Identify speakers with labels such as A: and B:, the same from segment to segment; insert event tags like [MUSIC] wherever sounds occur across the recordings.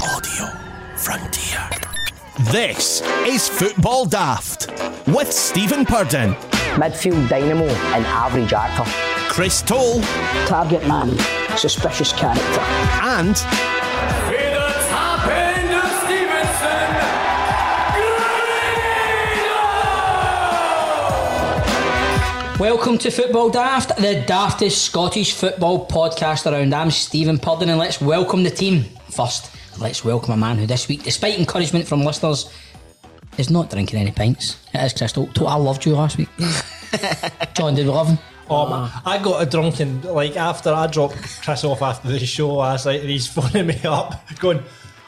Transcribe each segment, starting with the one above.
A: Radio Frontier. This is Football Daft with Stephen Purden,
B: midfield dynamo and average actor.
A: Chris Toll,
C: Target man, suspicious character.
A: and
D: It's happened to Stevenson.
C: Welcome to Football Daft, the daftest Scottish football podcast around. I'm Stephen Purden and let's welcome the team. First, let's welcome a man who this week, despite encouragement from listeners, is not drinking any pints. It is Crystal. Tot- I loved you [LAUGHS] last week. John, did we love him?
E: Oh, man. I got a drunken, like, after I dropped Chris off after the show last night, and he's [LAUGHS] phoning me up, going,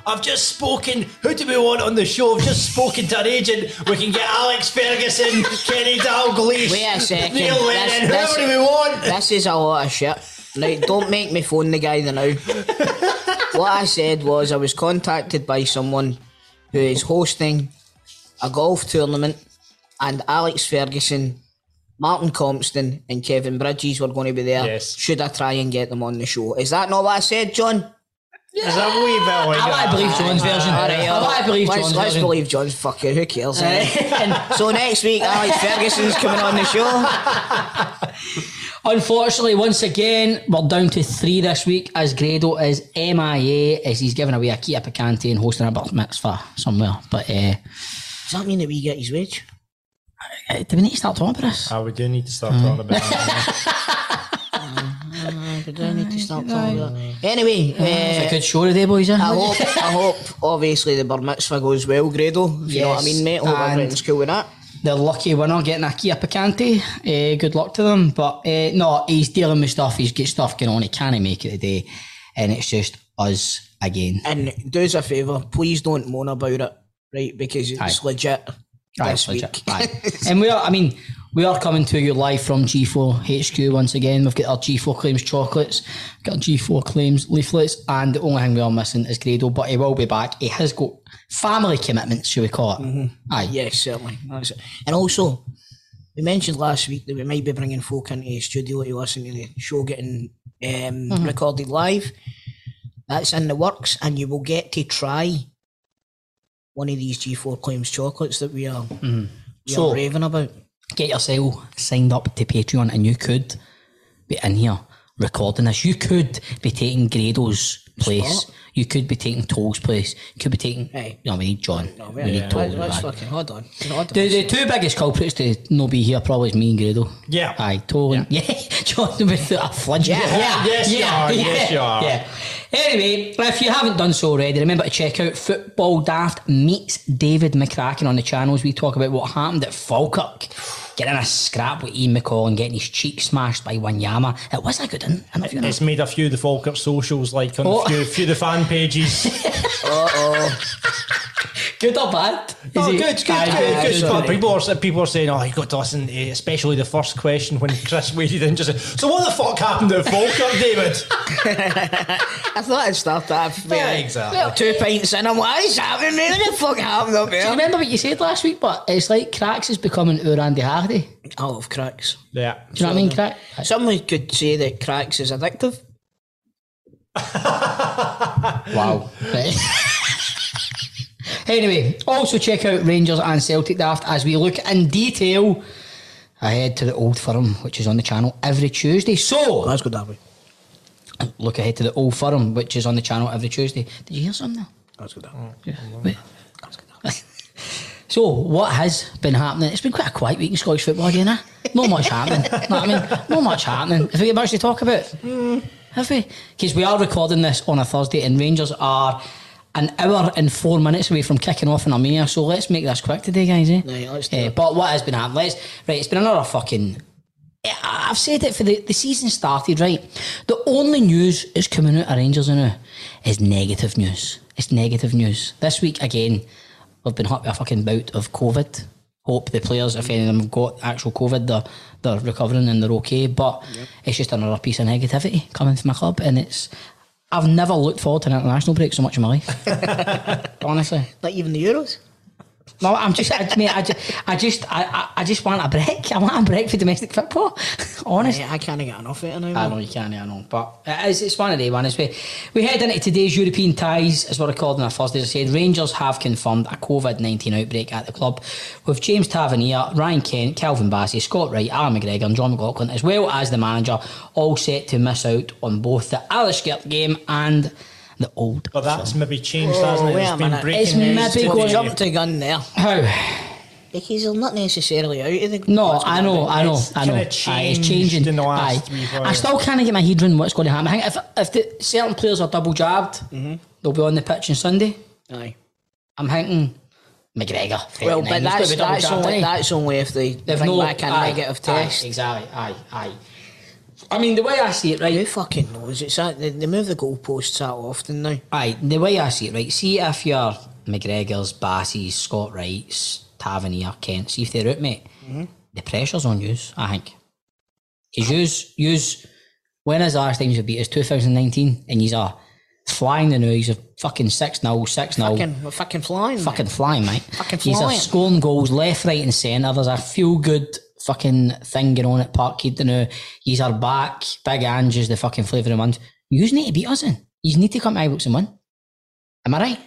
E: I've just spoken. Who do we want on the show? I've just spoken to an agent. We can get Alex Ferguson, Kenny Dalglish,
F: Wait a second.
E: Neil
F: That's-
E: Lennon,
F: that's-
E: whoever do we want.
F: This is a lot of shit. Right, don't make me phone the guy the now. what I said was I was contacted by someone who is hosting a golf tournament and Alex Ferguson, Martin Compton and Kevin Bridges were going to be there.
E: Yes.
F: Should I try and get them on the show? Is that not what I said, John?
E: There's a wee bit like
C: I like
E: that.
C: to believe John's version. I like to believe
F: let's,
C: John's
F: let's
C: version.
F: believe John's fuck you, who cares? eh?
C: and [LAUGHS]
F: so next week Alex Ferguson's coming on the show.
C: Unfortunately, once again, we're down to three this week as Grado is MIA as he's giving away a Kia Picante and hosting a birth mitzvah somewhere. But uh,
F: Does that mean that we get his wage?
C: uh, do we need to start talking about this?
E: Ah, we do need to start talking about that.
F: I don't need to stop talking about that. Anyway,
C: It's
F: uh,
C: a good show today, boys. eh?
F: I hope, I hope, obviously, the bar mitzvah goes well, Grado. If You know what I
C: Yes,
F: mean, mate? I hope
C: and-
F: everything's cool with that.
C: the lucky winner getting a Kia Picante. Uh, good luck to them. But uh, no, he's dealing with stuff. He's got stuff going on. He can't make it today. And it's just us again.
F: And do us a favour, please don't moan about it, right? Because it's
C: Aye.
F: legit
C: Aye,
F: this
C: legit.
F: week.
C: Aye. and we are, I mean, we are coming to you live from G4 HQ once again. We've got our G4 Claims chocolates, we've got our G4 Claims leaflets, and the only thing we are missing is Grado, but he will be back. He has got family commitments, should we call it?
F: Mm-hmm.
C: Aye.
F: yes, certainly. That's it. And also, we mentioned last week that we might be bringing folk into the studio to listen to the show getting um,
E: Mm-hmm.
F: recorded live. That's in the works, and you will get to try one of these G4 claims chocolates that we are,
E: Mm-hmm.
F: we
C: So-
F: are raving about.
C: Get yourself signed up to Patreon, and you could be in here recording this. You could be taking Grado's place. You could be taking Toll's place. You could be taking,
F: Aye.
C: you know, we need John. we need
F: Let-
C: Toll.
F: let's
C: Aye.
F: fucking hold on. Hold on.
C: The, the two biggest culprits to not be here probably is me and Grado.
E: Yeah.
C: Aye, totally. Yeah. [LAUGHS] John with a flinch. Yeah.
E: Yes, you are. Yes, you are.
C: Yeah. Anyway, if you haven't done so already, remember to check out Football Daft meets David McCracken on the channels. We talk about what happened at Falkirk, getting a scrap with Ian McCall and getting his cheek smashed by Wanyama. It was a good in- interview.
E: It's made a few of the Falkirk socials, like, on
C: Oh.
E: a few, few of the fan
C: [LAUGHS]
E: pages.
C: Good or bad? Is
E: Oh,
C: it-
E: good, good,
C: Aye,
E: good, good, stuff.
C: good.
E: People are people are saying, "Oh, you got to listen," to, especially the first question when [LAUGHS] Chris waded in. Just said, so, what the fuck happened at Falkirk, [LAUGHS] David?
F: I thought I'd start that. uh,
E: yeah, exactly.
F: Two pints in, I'm like, what is happening, man? What the fuck happened up
C: Do you
E: [LAUGHS]
F: here?
C: remember what you said last week? But it's like Cracks is becoming our Andy Hardy. Do you
F: I love cracks.
E: Yeah,
C: know what I mean, Crack?
F: Someone could say that cracks is addictive.
C: Wow. [LAUGHS] anyway, also check out Rangers and Celtic Daft as we look in detail ahead to the Old Firm, which is on the channel every Tuesday. So,
F: Glasgow Derby.
C: look ahead to the Old Firm, which is on the channel every Tuesday. Did you hear something there?
F: Glasgow Derby.
C: Wait. [LAUGHS] So, what has been happening? It's been quite a quiet week in Scottish football again, eh? Not much happening. know what I mean? Not much happening. Have we got much to talk about? Have we? Because we are recording this on a Thursday and Rangers are an hour and four minutes away from kicking off in Armenia. So, let's make this quick today, guys, eh?
F: Right, let's do
C: Eh,
F: it.
C: But what has been happening? Let's, right, it's been another fucking. Eh, I- I've said it for the, the season started, right? The only news is coming out of Rangers now is negative news. It's negative news. This week, again, we've been hit with a fucking bout of COVID. Hope the players, if any of them have got actual COVID, they're, they're recovering and they're okay. But it's just another piece of negativity coming from my club. And it's. I've never looked forward to an international break so much in my life. Honestly.
F: Like even the Euros.
C: No, I'm just, I, mate, I just, I just, I, I, I just want a break. I want a break for domestic football. [LAUGHS] Honest.
F: I can't get enough of it now.
C: I know you can, I know, but it is, it's one of the ones. We, we head into today's European ties, is what I called on our first day. As I said Rangers have confirmed a COVID 19 outbreak at the club with James Tavernier, Ryan Kent, Calvin Bassey, Scott Wright, Alan McGregor, and John McLaughlin, as well as the manager, all set to miss out on both the Aliskert game and the old.
E: But that's maybe
C: Oh,
E: changed,
F: Whoa,
E: hasn't it?
F: wait
E: It's
F: a
E: been
F: minute.
E: breaking
C: It's
E: news
C: maybe
E: today.
C: going
F: Jump to gun there.
C: How?
F: Because they're not necessarily out of the
C: No,
F: what's
C: I
F: gonna
C: know,
F: happen.
C: I know,
E: It's
C: I know.
E: kinda
C: Aye, it's
E: changed
C: changing.
E: in the last
C: Aye.
E: three, four
C: I still can't get my head around what's going to happen. I think if if the certain players are double jabbed,
F: Mm-hmm.
C: they'll be on the pitch on Sunday.
F: Aye.
C: I'm thinking McGregor. Fred
F: Well,
C: Knight,
F: but
C: he's gotta
F: that's,
C: be double
F: that's,
C: jabbed,
F: only,
C: ain't he?
F: that's only if they
C: They've
F: bring
C: no-
F: back a
C: aye,
F: negative
C: aye,
F: test.
C: exactly. Aye, aye. I mean, the way I see it, right?
F: Who fucking knows? It's that, they, they move the goalposts out often now.
C: Aye, the way I see it, right? See if you're McGregor's, Bassey's, Scott Wright's, Tavernier, Kent, see if they're out, mate. The pressure's on you, I think. Because yous, yous, when is the last time you beat us? 2019, and yous are flying the news of fucking 6 0, 6 0.
F: Fucking, we're fucking flying. mate.
C: Oh. Fucking flying, mate.
F: Fucking
C: Yous are
F: flying.
C: scoring goals left, right, and centre. There's a feel good fucking thing going on at Parkhead now. Yous are back. Big Ange is the fucking flavour of the month. Yous need to beat us in. Yous need to come to Ibrox and win. Am I right?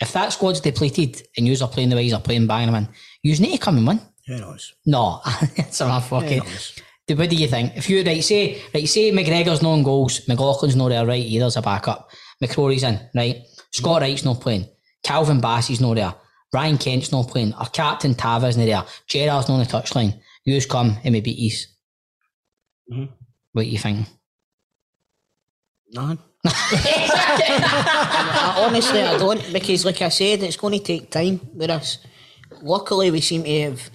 C: If that squad's depleted and yous are playing the way yous are playing, banging them in, yous need to come and win.
F: Who knows?
C: No, [LAUGHS] it's a fucking.
F: knows?
C: Do- What do you think? If you right, say right, say McGregor's not on goals, McLaughlin's not there, right? Either's a backup. McCrory's in, right? Scott Wright's not playing. Calvin Bassey's not there. Ryan Kent's not playing. Our captain Tava's not there. Gerard's not on the touchline. Yous come and we beat East. What do you think?
F: None. I- I- [LAUGHS] honestly, I don't because, like I said, it's going to take time with us. Luckily, we seem to have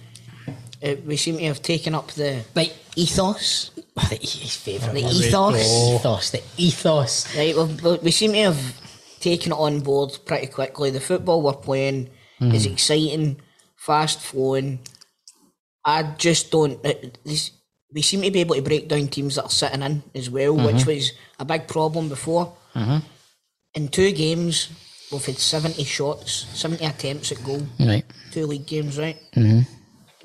F: uh, we seem to have taken up the
C: Right,
F: ethos.
C: oh, [SIGHS] the, his favourite
F: The
C: word.
F: ethos.
C: ethos, the ethos.
F: Right, we've, we- we seem to have taken it on board pretty quickly. The football we're playing is exciting, fast flowing. I just don't. It, this, we seem to be able to break down teams that are sitting in as well, which was a big problem before. In two games, we've had 70 shots, 70 attempts at goal,
C: Right,
F: two league games, right? Mm-hmm.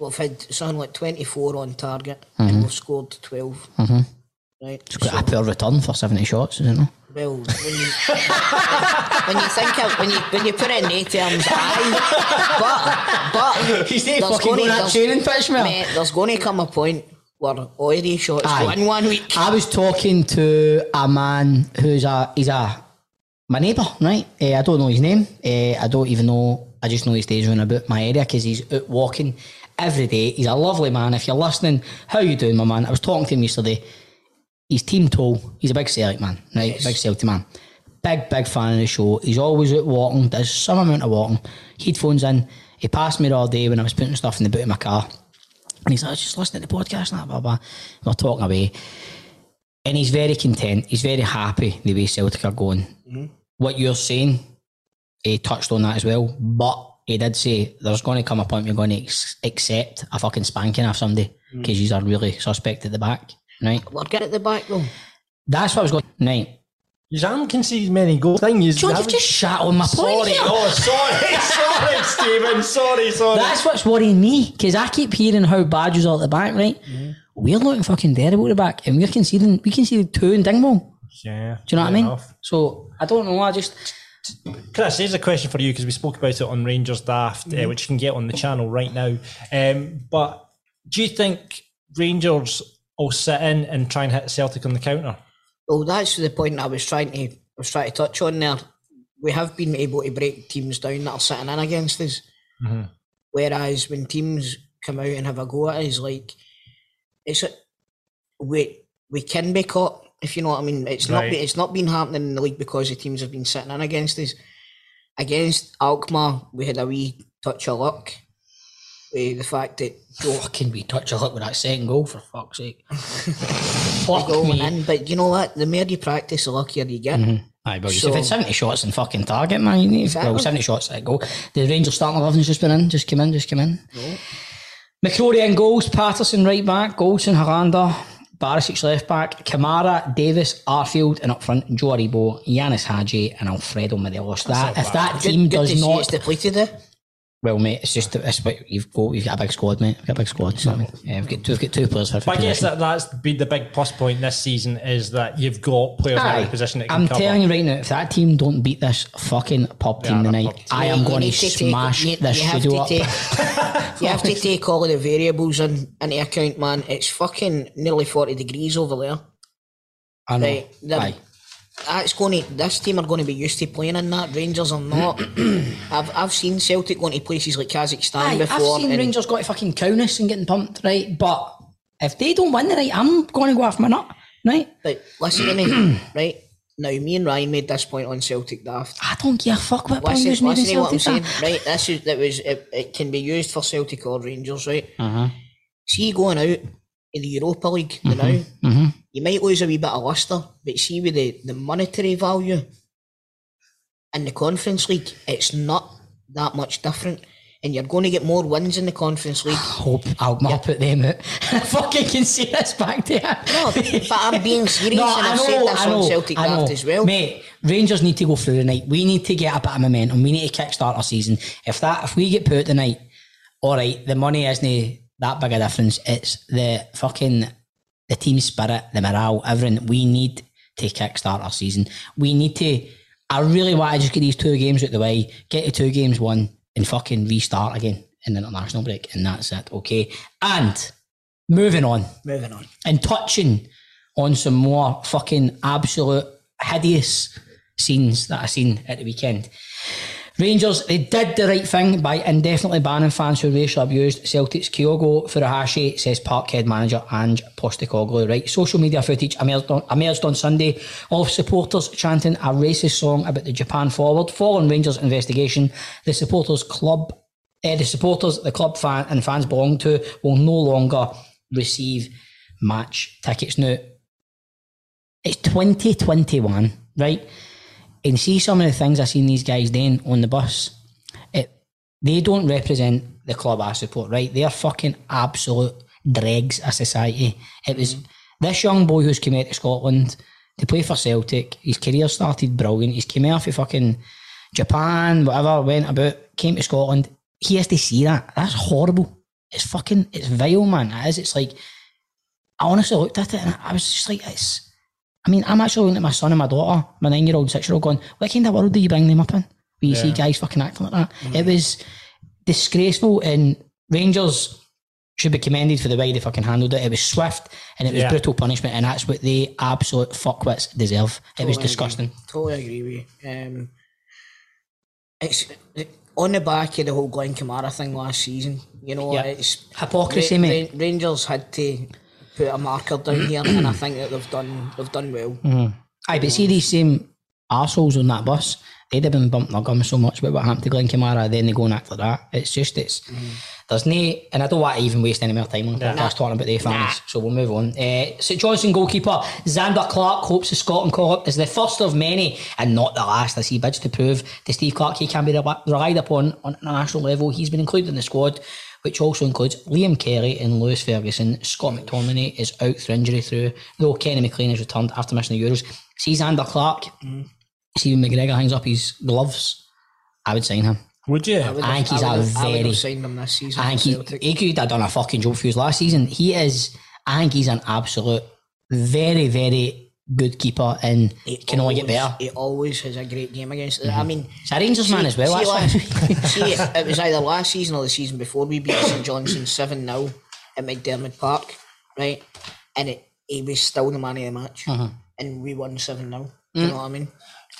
F: We've had something like 24 on target and we've scored 12. Mm-hmm. Right.
C: got a poor return for seventy shots, isn't it?
F: Well, when you, when you think of when you when you put it in A terms, aye, but but
C: [LAUGHS] He's not
F: there's
C: fucking
F: gonna-
C: going out
F: there's-
C: training pitch, mate.
F: mate, there's going to come a point where all these shots
C: Aye.
F: go in one week.
C: I was talking to a man who's a he's a my neighbour, right? Eh, I don't know his name. Eh, I don't even know. I just know he stays around about my area because he's out walking every day. He's a lovely man. If you're listening, how you doing, my man? I was talking to him yesterday. He's team tall. He's a big Celtic man, right? Big Celtic man. Big, big fan of the show. He's always out walking, does some amount of walking. Headphones in. He passed me the other day when I was putting stuff in the boot of my car. And he's like, I was just listening to the podcast and that, blah, blah. And we're talking away. And he's very content. He's very happy the way Celtic are going. What you're saying, he touched on that as well. But he did say there's going to come a point you're going to ex- accept a fucking spanking off somebody because you are really suspect at the back. Right?
F: We're getting at the back though.
C: That's what I was going. Right.
E: You haven't conceded many goals. Thing you
C: John, you've
E: haven't-
C: just shat on my point.
E: Sorry,
C: here.
E: oh, sorry, [LAUGHS] sorry, Stephen, sorry, sorry.
C: That's what's worrying me because I keep hearing how bad you are at the back, right? We're looking fucking terrible at the back and we're conceding, we conceded two in Dingwall.
E: yeah.
C: Do you know what I mean? So I don't know. I just,
E: Chris, here's a question for you because we spoke about it on Rangers Daft,
C: Mm-hmm.
E: uh, which you can get on the channel right now. Um, but do you think Rangers will sit in and try and hit Celtic on the counter?
F: Well, that's the point I was trying to I was trying to touch on there. We have been able to break teams down that are sitting in against us,
C: Mm-hmm.
F: whereas when teams come out and have a go at us, like it's a, we we can be caught if you know what I mean. It's not
E: Right.
F: be- it's not been happening in the league because the teams have been sitting in against us. Against Alkmaar, we had a wee touch of luck. With the fact that Joe
C: fucking we touch a look with that second goal for fuck's sake. Fuck
F: going
C: me. Mm-hmm.
F: in, but you know what? The more you practice, the luckier you get.
C: Aye, well,
F: So-
C: if it's 70 shots in fucking target, man, you need well,
F: Exactly.
C: 70 shots at goal. The Rangers starting 11's just been in, just came in, just came in. McCrory in goals, Patterson right back, Goldson, Hollander, Barisic left back, Kamara, Davis, Arfield, and up front, Joe Aribo, Yanis Hadji, and Alfredo Morelos. That, if that
F: Good-
C: team
F: good to
C: does
F: see
C: not
F: it's depleted. Eh?
C: Well, mate, it's just it's what you've got. You've got a big squad, mate. We've got a big squad. So, yeah, we've got two. We've got two players for. every
E: But I guess
C: position.
E: that that's been the big plus point this season is that you've got players in every
C: Aye.
E: position that can
C: I'm
E: cover.
C: telling you right now, if that team don't beat this fucking pub team
E: they're
C: tonight,
E: pub team.
C: I am
F: You
C: going to
F: need take-
C: smash
F: you-
C: this
F: you have
C: studio
F: to
C: up.
F: take- you
C: [LAUGHS]
F: have to take all of the variables in, into account, man. It's fucking nearly 40 degrees over there.
C: I know.
F: Right, then-
C: Aye.
F: That's going to, this team are going to be used to playing in that. Rangers
C: [CLEARS THROAT]
F: are not. I've, I've seen Celtic going to places like Kazakhstan
C: Aye,
F: before.
C: I've seen
F: and-
C: Rangers going to fucking Kaunas and getting pumped, right? But if they don't win tonight, I'm going to go off my nut, right?
F: Like, listen to me, [CLEARS THROAT] right? Now, me and Ryan made this point on Celtic Daft.
C: I don't give a fuck about
F: Listen,
C: Bangers needing
F: listen to what I'm
C: Celtic.
F: saying,
C: that.
F: right? This is that was it, it. can be used for Celtic or Rangers, right?
C: Mm-hmm.
F: See, going out in the Europa League you know,
C: Mm-hmm.
F: you might lose a wee bit of luster, but see with the, the monetary value in the Conference League, it's not that much different, and you're going to get more wins in the
C: [SIGHS]
F: Conference League.
C: Hope I'll, I'll put them out. [LAUGHS] I fucking can see this back there.
F: No,
C: [LAUGHS]
F: but I'm being serious, and I've said this on Celtic
C: I
F: Daft
C: know.
F: as well.
C: Mate, Rangers need to go through tonight. We need to get a bit of momentum. We need to kickstart our season. If that if we get put tonight, all right, the money isn't that big a difference. It's the fucking the team spirit, the morale, everything. We need to kickstart our season. We need to I really want to just get these two games out the way, get the two games won and fucking restart again in the international break and that's it. Okay. And moving on
F: Moving on.
C: and touching on some more fucking absolute hideous scenes that I seen at the weekend. Rangers, they did the right thing by indefinitely banning fans who racially abused Celtic's Kyogo Furuhashi, says Parkhead manager Ange Postecoglou. Right, social media footage emerged on, emerged on Sunday of supporters chanting a racist song about the Japan forward. Following Rangers investigation, the supporters club, eh, the supporters the club fan and fans belong to will no longer receive match tickets. Now, it's 2021, right? And see some of the things I seen these guys doing on the bus. It, they don't represent the club I support, right? They're fucking absolute dregs of society. It was this young boy who's come out to Scotland to play for Celtic. His career started brilliant. He's came out for fucking Japan, whatever, went about, came to Scotland. He has to see that. That's horrible. It's fucking, it's vile, man. It is. It's like, I honestly looked at it and I was just like, it's. I mean, I'm actually looking at my son and my daughter, my nine year old, six year old, going, what kind of world do you bring them up in? Where you see guys fucking acting like that. It was disgraceful and Rangers should be commended for the way they fucking handled it. It was swift and it was
E: Yeah.
C: brutal punishment and that's what they absolute fuckwits deserve. It was disgusting.
F: Totally agree with you. Um, it's on the back of the whole Glenn Kamara thing last season. You know,
C: Yeah.
F: it's
C: Hypocrisy, mate.
F: Ra- Rangers had to put a marker down here, and I think that they've done they've done well.
C: Mm, Aye, but see these same arseholes on that bus, they'd have been bumping their gums so much about what happened to Glenn Kamara, then they go and act like that. It's just, it's, there's no, and I don't want to even waste any more time on that. That's talking about their fans, so we'll move on. Uh, St Johnson goalkeeper Xander Clark hopes the Scotland call up is the first of many and not the last as he bids to prove to Steve Clark he can be re- relied upon on a national level. He's been included in the squad. Which also includes Liam Kelly and Lewis Ferguson. Scott McTominay is out for injury through, though Kenny McLean has returned after missing the Euros. See Xander Clark,
F: Mm.
C: see when McGregor hangs up his gloves, I would sign him.
E: Would you?
F: would
C: I
F: have-
C: think he's
F: I
C: a
F: would have- I would
C: very-
F: have signed him this season.
C: I
F: for
C: think he,
F: Celtic.
C: he could have done a fucking job for us last season. He is, I think he's an absolute, very, very good keeper and can only get
F: always-
C: better.
F: He always has a great game against. I mean,
C: He's a Rangers man as well,
F: see,
C: that's why.
F: last- [LAUGHS] see, it was either last season or the season before we beat St Johnson seven 0 at McDermott Park, right? And it, he was still the man of the match,
C: Uh-huh.
F: and we won seven 0
C: Mm.
F: You know what I mean?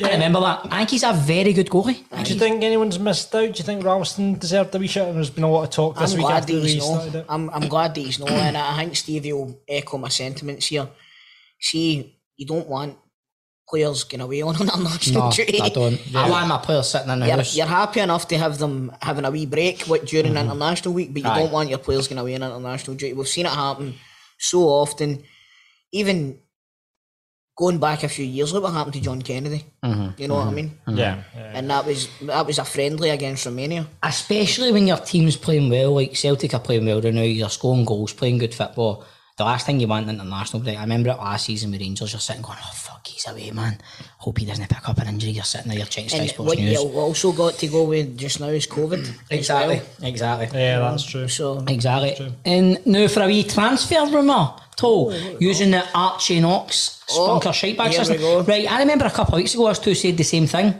C: I remember that. I think he's a very good goalie.
F: [LAUGHS]
C: I think
E: Do you
C: he's-
E: think anyone's missed out? Do you think Ralston deserved a wee shot? And there's been a lot of talk this
F: I'm
E: week
F: glad
E: after
F: that
E: we
F: he's
E: started
F: no.
E: it.
F: I'm, I'm glad that
C: [CLEARS THROAT]
F: he's no, and I think Stevie will echo my sentiments here. See, you don't want players getting away on [LAUGHS] an international
C: No,
F: duty.
C: I don't. I want my players sitting in the
F: You're,
C: house.
F: you're happy enough to have them having a wee break what, during international week, but you
C: Mm-hmm. Aye.
F: don't want your players going away on international duty. We've seen it happen so often. Even going back a few years, look what happened to John Kennedy.
C: Mm-hmm.
F: You know what I mean?
E: Yeah. yeah.
F: And that was that was a friendly against Romania.
C: Especially when your team's playing well, like Celtic are playing well right now, you're scoring goals, playing good football. The last thing you want in international break, I remember it last season with Rangers, you're sitting going, oh, fuck, he's away, man. Hope he doesn't pick up an injury. You're sitting there, you're checking Sky
F: And
C: Sports
F: what you
C: News.
F: also got to go with just now is COVID. as
C: Exactly, exactly.
E: Yeah, that's true.
F: well. So
C: Exactly. And now for a wee transfer rumour, Tall, using the Archie Knox
F: Oh,
C: spunker shite bag
F: here we
C: system.
F: go. Mm-hmm.
C: Right, I remember a couple of weeks ago, us two said the same thing.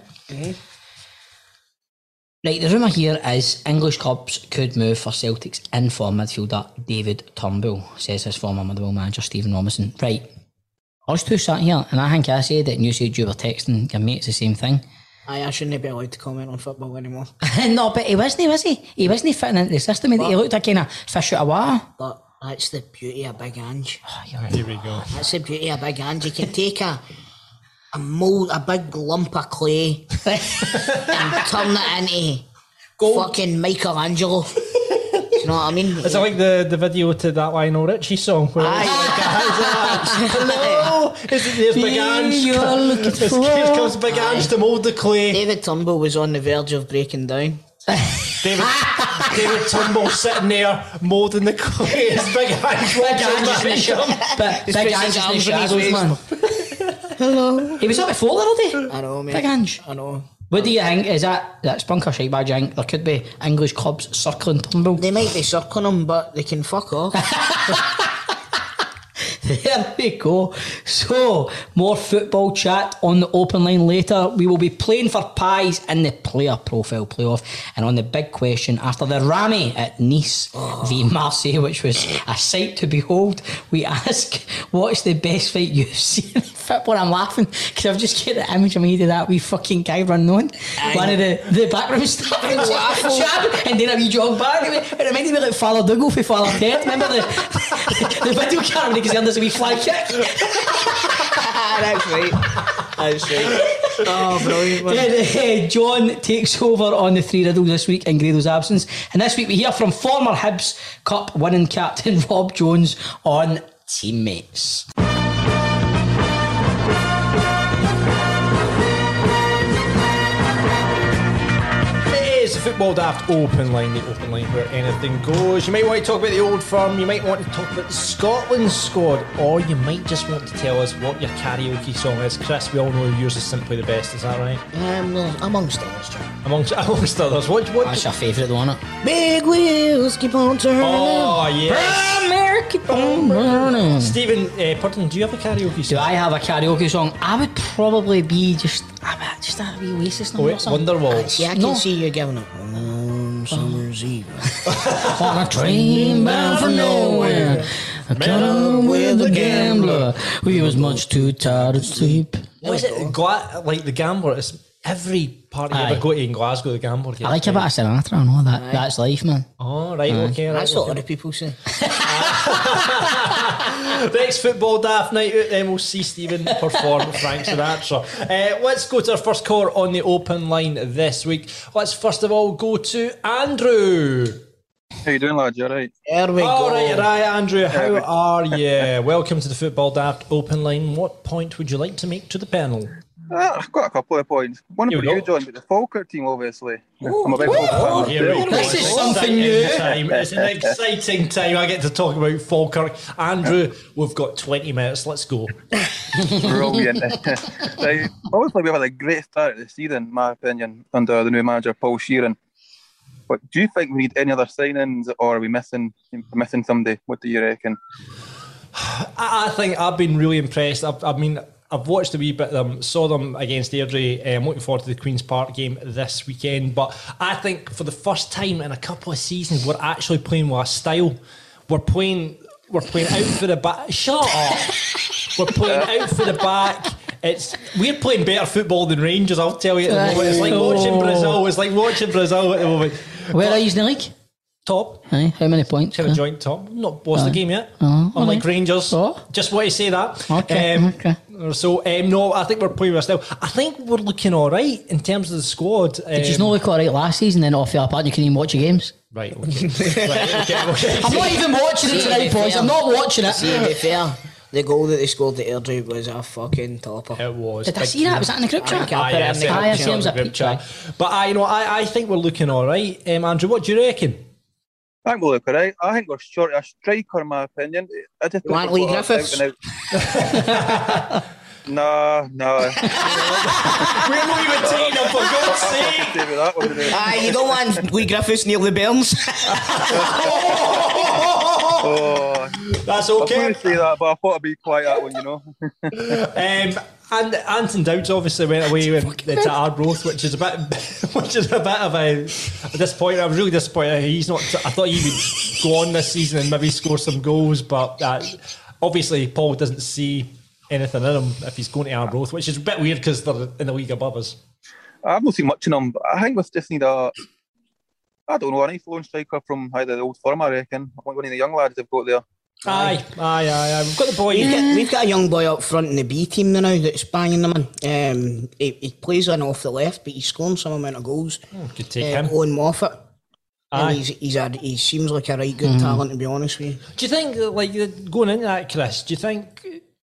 C: Right, the rumour here is English clubs could move for Celtic's in-form midfielder David Turnbull, says his former Motherwell manager Stephen Robinson. Right, us two sat here, and I think I said it, and you said you were texting your mate, it's the same thing. [LAUGHS]
F: aye, I shouldn't be allowed to comment on football anymore.
C: no, but he wasn't, was he? He wasn't fitting into the system, he he looked a kind of fish out of water.
F: But that's the beauty of Big Ange.
E: Here we go.
F: That's the beauty of Big Ange. You can take a a mold, a big lump of clay, and turn it into fucking Michelangelo. Do you know what I mean?
E: Is it like the, the video to that Lionel Richie song? Where it's [LAUGHS] Hello! Is it there's Big Ange?
C: You're looking
E: It's- Here comes Big Ange to mould the clay.
F: David Turnbull was on the verge of breaking down.
E: David, David Turnbull sitting there moulding the clay.
C: [LAUGHS]
E: It's Big Ange watching
C: Ange is in the
E: behind him.
C: But Big
F: pushing
C: Ange
F: his
C: is in the
F: arms in
C: shadows,
F: his
C: man. Hello. He was up before the other day.
F: I know, mate.
C: Big Ange.
F: I know.
C: What do you think? Is that that spunk or shite bag? do you think there could be English clubs circling Tumble?
F: They might be circling him, but they can fuck off.
C: [LAUGHS] there we go. So more football chat on the open line later. We will be playing for pies in the player profile playoff, and on the big question after the Rami at Nice v Marseille, which was a sight to behold. We [LAUGHS] ask, what's the best fight you've [LAUGHS] seen in football? I'm laughing because I've just got the image of me to that wee fucking guy running on one of the the backroom staff,
F: waffle.
C: and then a wee jog back. It reminded me like Father Dougal for Father Ted. Remember the [LAUGHS] the video camera because he had this wee fly kick.
F: That's right. That's right. Oh, brilliant. man.
C: Then, uh, John takes over on the three riddles this week in Grado's absence. And this week we hear from former Hibs Cup winning captain [LAUGHS] Rob Jones on teammates.
E: It is the Football Daft Open Line, the open line where anything goes. You might want to talk about the old firm, you might want to talk about the Scotland squad, or you might just want to tell us what your karaoke song is. Chris, we all know yours is simply the best, is that right?
F: Um, well, amongst others, John.
E: Amongst, [LAUGHS] amongst others. What, what
C: That's your favourite one, isn't it?
F: Big wheels keep on turning.
E: Oh, yes.
C: Oh, Do
E: Stephen uh, Purton, do you have a karaoke song?
C: I have a karaoke song? I would probably be just, I mean, just a wee Oasis number
E: Wait,
C: or something.
E: Wonderwall.
F: Yeah, I can
C: No.
F: see you giving up. Um, summer's eve.
C: On a train bound for nowhere, I caught up with a gambler. We was much too tired to sleep.
E: What is it? Gla- like the Gambler, it's every party you
C: Aye.
E: ever go to in Glasgow, the Gambler.
C: I like Mm. a bit of Sinatra and all that. That's life, man.
E: Oh, right, okay. Right,
F: That's what other people say.
E: Next football daft night out, then we'll see Stephen perform [LAUGHS] Frank Sinatra. Uh, let's go to our first caller on the open line this week. Let's first of all go to Andrew.
G: How you doing, lad? You alright?
F: There we
E: All
F: go.
E: right, right, Andrew, how are you? Welcome to the football daft open line. What point would you like to make to the panel?
G: Ah, I've got a couple of points. One
E: Here
G: about
E: we
G: you,
E: go.
G: John, but the Falkirk team, obviously. I'm a big Falkirk fan. myself.
C: This is something new.
E: Time. It's an exciting time. I get to talk about Falkirk. Andrew, we've got 20 minutes. Let's go.
G: Brilliant. [LAUGHS] right. Obviously, we've had a great start to the season, in my opinion, under the new manager, Paul Sheeran. But do you think we need any other signings, or are we missing missing somebody? What do you reckon?
E: I, I think I've been really impressed. I've, I mean, I've watched a wee bit of them, saw them against Airdrie. and I'm looking forward to the Queen's Park game this weekend. But I think for the first time in a couple of seasons, we're actually playing with a style. We're playing, we're playing out for the back. Shut up. we're playing out for the back. It's we're playing better football than Rangers. I'll tell you at the moment. It's like watching Brazil. It's like watching Brazil at the moment.
C: Where are you in the league?
E: Top.
C: Aye, how many points?
E: Kind of joint top. Not watched the game yet. Unlike Rangers.
C: Uh, Oh.
E: Just want to say that.
C: Okay,
E: Um,
C: okay.
E: So um, no, I think we're playing well still. I think we're looking all right in terms of the squad. Um,
C: Did you not look alright last season? Then off the apart, and you couldn't even watch your games.
E: right? Okay. [LAUGHS] right, okay, [LAUGHS] okay.
C: I'm not even watching it tonight, boys. I'm not watching it.
F: See, to be fair, the goal that they scored at Airdrie was a fucking topper.
E: It was.
C: Did I
E: big Ah,
C: see that?
E: deal.
C: Was that in the group chat?
F: I put it
E: Aye,
F: in the
E: I
C: Aye, I
E: see
C: see it was a
E: group
C: peach
E: chat. But I, you know, I, I think we're looking all right. Um, Andrew, what do you reckon?
G: I think we look alright. I think we're short of a striker, in my opinion. I just
F: You
G: think
F: want
G: we've
F: Lee
G: got a
F: Griffiths?
G: out [LAUGHS] and out- no,
F: [LAUGHS]
G: no.
E: We're not even taking him, for God's sake!
G: Stay with that one
F: [LAUGHS]
G: today.
F: Aye, you don't want Lee Griffiths, Neil the Burns.
G: Oh,
E: That's
G: I was
E: okay.
G: going to say that, but I thought I'd be quiet that one, you know.
E: Um, and Anton Dowds obviously went away with the to Arbroath, which is a bit, [LAUGHS] which is a bit of a, a disappointment. I'm really disappointed. He's not. I thought he would go on this season and maybe score some goals, but that, obviously Paul doesn't see anything in him if he's going to Arbroath, which is a bit weird because they're in the league above us.
G: I've not seen much in him, but I think we just need a. I don't know, a nice lone striker from either the old firm, I reckon. One of the young lads they've got there.
E: Aye, aye, aye. aye. We've got the
F: [LAUGHS]
E: boy.
F: We've got, we've got a young boy up front in the B team now that's banging them in. Um, he, he plays on off the left, but he's scoring some amount of goals.
E: Could take
F: Uh,
E: him.
F: Owen Moffat.
E: Aye.
F: And he's, he's a, he seems like a right good talent, to be honest with you.
E: Do you think, that, like that- going into that, Chris? Do you think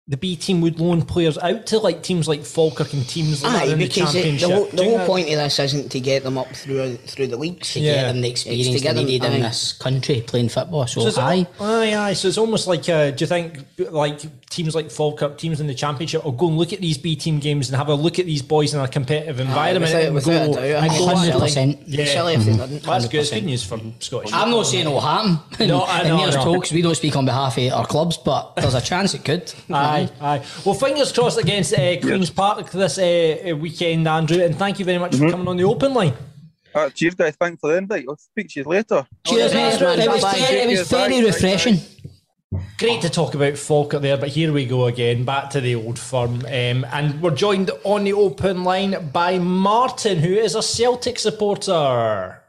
E: the B team would loan players out to like teams like Falkirk and teams like that
F: Aye,
E: in the
F: because the,
E: championship?
F: the whole,
E: Do
F: the
E: you
F: whole
E: think-
F: point of this isn't to get them up through through the leagues.
C: to
E: Yeah.
C: get them the
F: It's to
C: experience
F: get
C: they
F: them-
C: needed in
F: aye.
C: this country playing football. So,
E: So it's-
C: aye.
E: aye, aye. So it's almost like, uh, do you think like teams like Falkirk, teams in the championship, will go and look at these B team games and have a look at these boys in a competitive environment
F: without-
E: and
F: without
E: go,
F: a doubt.
E: and go,
F: Aye,
E: "Actually,
C: 100%.
E: Yeah,
F: Silly if they
E: [LAUGHS]
F: didn't.
E: that's good. It's good news for Scottish.
C: I'm not saying it'll happen.
E: No, I
C: And
E: know, I
C: there's
E: know.
C: talks. We don't speak on behalf of our clubs, but there's a chance it could.
E: Aye, aye. Well, fingers crossed against uh, Queens Park this uh, uh, weekend, Andrew. And thank you very much for coming on the open line.
G: Uh, cheers, guys. Thanks for the invite. I'll speak to you later.
C: Cheers, mate. It was
G: Bye-bye.
C: very- it was
G: Cheers, bye,
C: very
G: bye,
C: refreshing.
E: Great to talk about Falkirk there, but here we go again, back to the old firm. Um, and we're joined on the open line by Martin, who is a Celtic supporter.